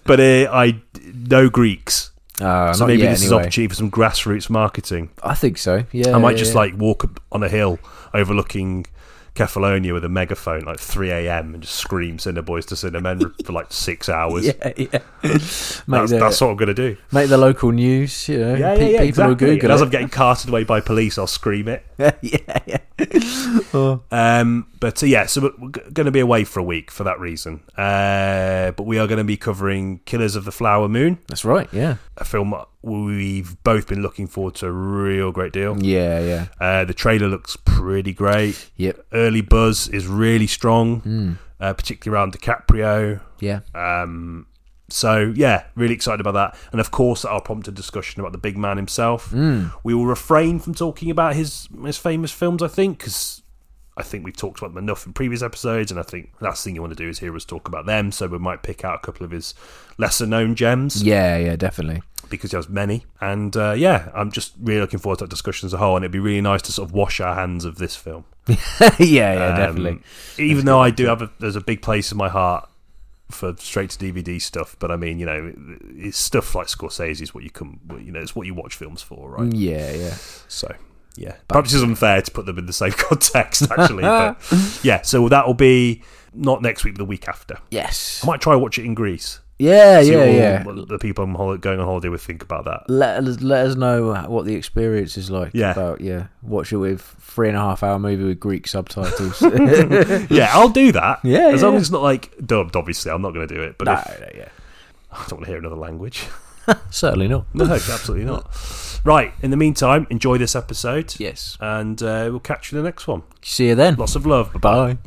Speaker 1: but uh, I know Greeks.
Speaker 2: Uh,
Speaker 1: So
Speaker 2: not
Speaker 1: maybe
Speaker 2: yet,
Speaker 1: this is
Speaker 2: anyway.
Speaker 1: opportunity for some grassroots marketing.
Speaker 2: I think so. Yeah.
Speaker 1: I might
Speaker 2: yeah,
Speaker 1: just
Speaker 2: yeah.
Speaker 1: like walk up on a hill overlooking Kefalonia with a megaphone like 3 a.m. and just scream Cinder Boys to Cinder Men for like six hours.
Speaker 2: Yeah, yeah. Make,
Speaker 1: That's,
Speaker 2: the,
Speaker 1: that's what I'm going to do.
Speaker 2: make the local news. You
Speaker 1: Yeah,
Speaker 2: know, pe-
Speaker 1: yeah, yeah,
Speaker 2: people
Speaker 1: exactly.
Speaker 2: will
Speaker 1: and
Speaker 2: Google
Speaker 1: as I'm
Speaker 2: it.
Speaker 1: getting carted away by police, I'll scream it.
Speaker 2: yeah, yeah.
Speaker 1: Um, but uh, yeah, so we're going to be away for a week for that reason. Uh, but we are going to be covering Killers of the Flower Moon,
Speaker 2: That's right. Yeah,
Speaker 1: a film we've both been looking forward to a real great deal.
Speaker 2: yeah, yeah.
Speaker 1: Uh, the trailer looks pretty great.
Speaker 2: Yep.
Speaker 1: Early buzz is really strong, uh, particularly around DiCaprio.
Speaker 2: Yeah.
Speaker 1: Um, so yeah, really excited about that, and of course that'll prompt a discussion about the big man himself. We will refrain from talking about his his famous films, I think, because I think we've talked about them enough in previous episodes, and I think last thing you want to do is hear us talk about them. So we might pick out a couple of his lesser known gems
Speaker 2: Yeah, yeah, definitely.
Speaker 1: because he has many, and uh, yeah, I'm just really looking forward to that discussion as a whole, and it'd be really nice to sort of wash our hands of this film.
Speaker 2: yeah, yeah,
Speaker 1: Um,
Speaker 2: definitely.
Speaker 1: Even though I do have a, there's a big place in my heart for straight to DVD stuff, but I mean, you know, it's stuff like Scorsese's what you come, you know, it's what you watch films for, right?
Speaker 2: Yeah, yeah.
Speaker 1: So. Yeah, perhaps it's unfair to put them in the same context, actually. but yeah, so that will be not next week, but the week after.
Speaker 2: Yes.
Speaker 1: I might try watch it in Greece.
Speaker 2: Yeah,
Speaker 1: See
Speaker 2: yeah,
Speaker 1: what all
Speaker 2: yeah.
Speaker 1: The people I'm hol- going on holiday with think about that.
Speaker 2: Let us let us know what the experience is like.
Speaker 1: Yeah.
Speaker 2: About yeah, watch it with three and a half hour movie with Greek subtitles.
Speaker 1: Yeah, I'll do that.
Speaker 2: Yeah,
Speaker 1: as long
Speaker 2: yeah.
Speaker 1: as it's not like dubbed. Obviously, I'm not going to do it. But
Speaker 2: no,
Speaker 1: if,
Speaker 2: no, yeah.
Speaker 1: I don't want to hear another language.
Speaker 2: Certainly not.
Speaker 1: No, absolutely not. Right. In the meantime, enjoy this episode.
Speaker 2: Yes.
Speaker 1: And uh, we'll catch you in the next one.
Speaker 2: See you then.
Speaker 1: Lots of love.
Speaker 2: Bye.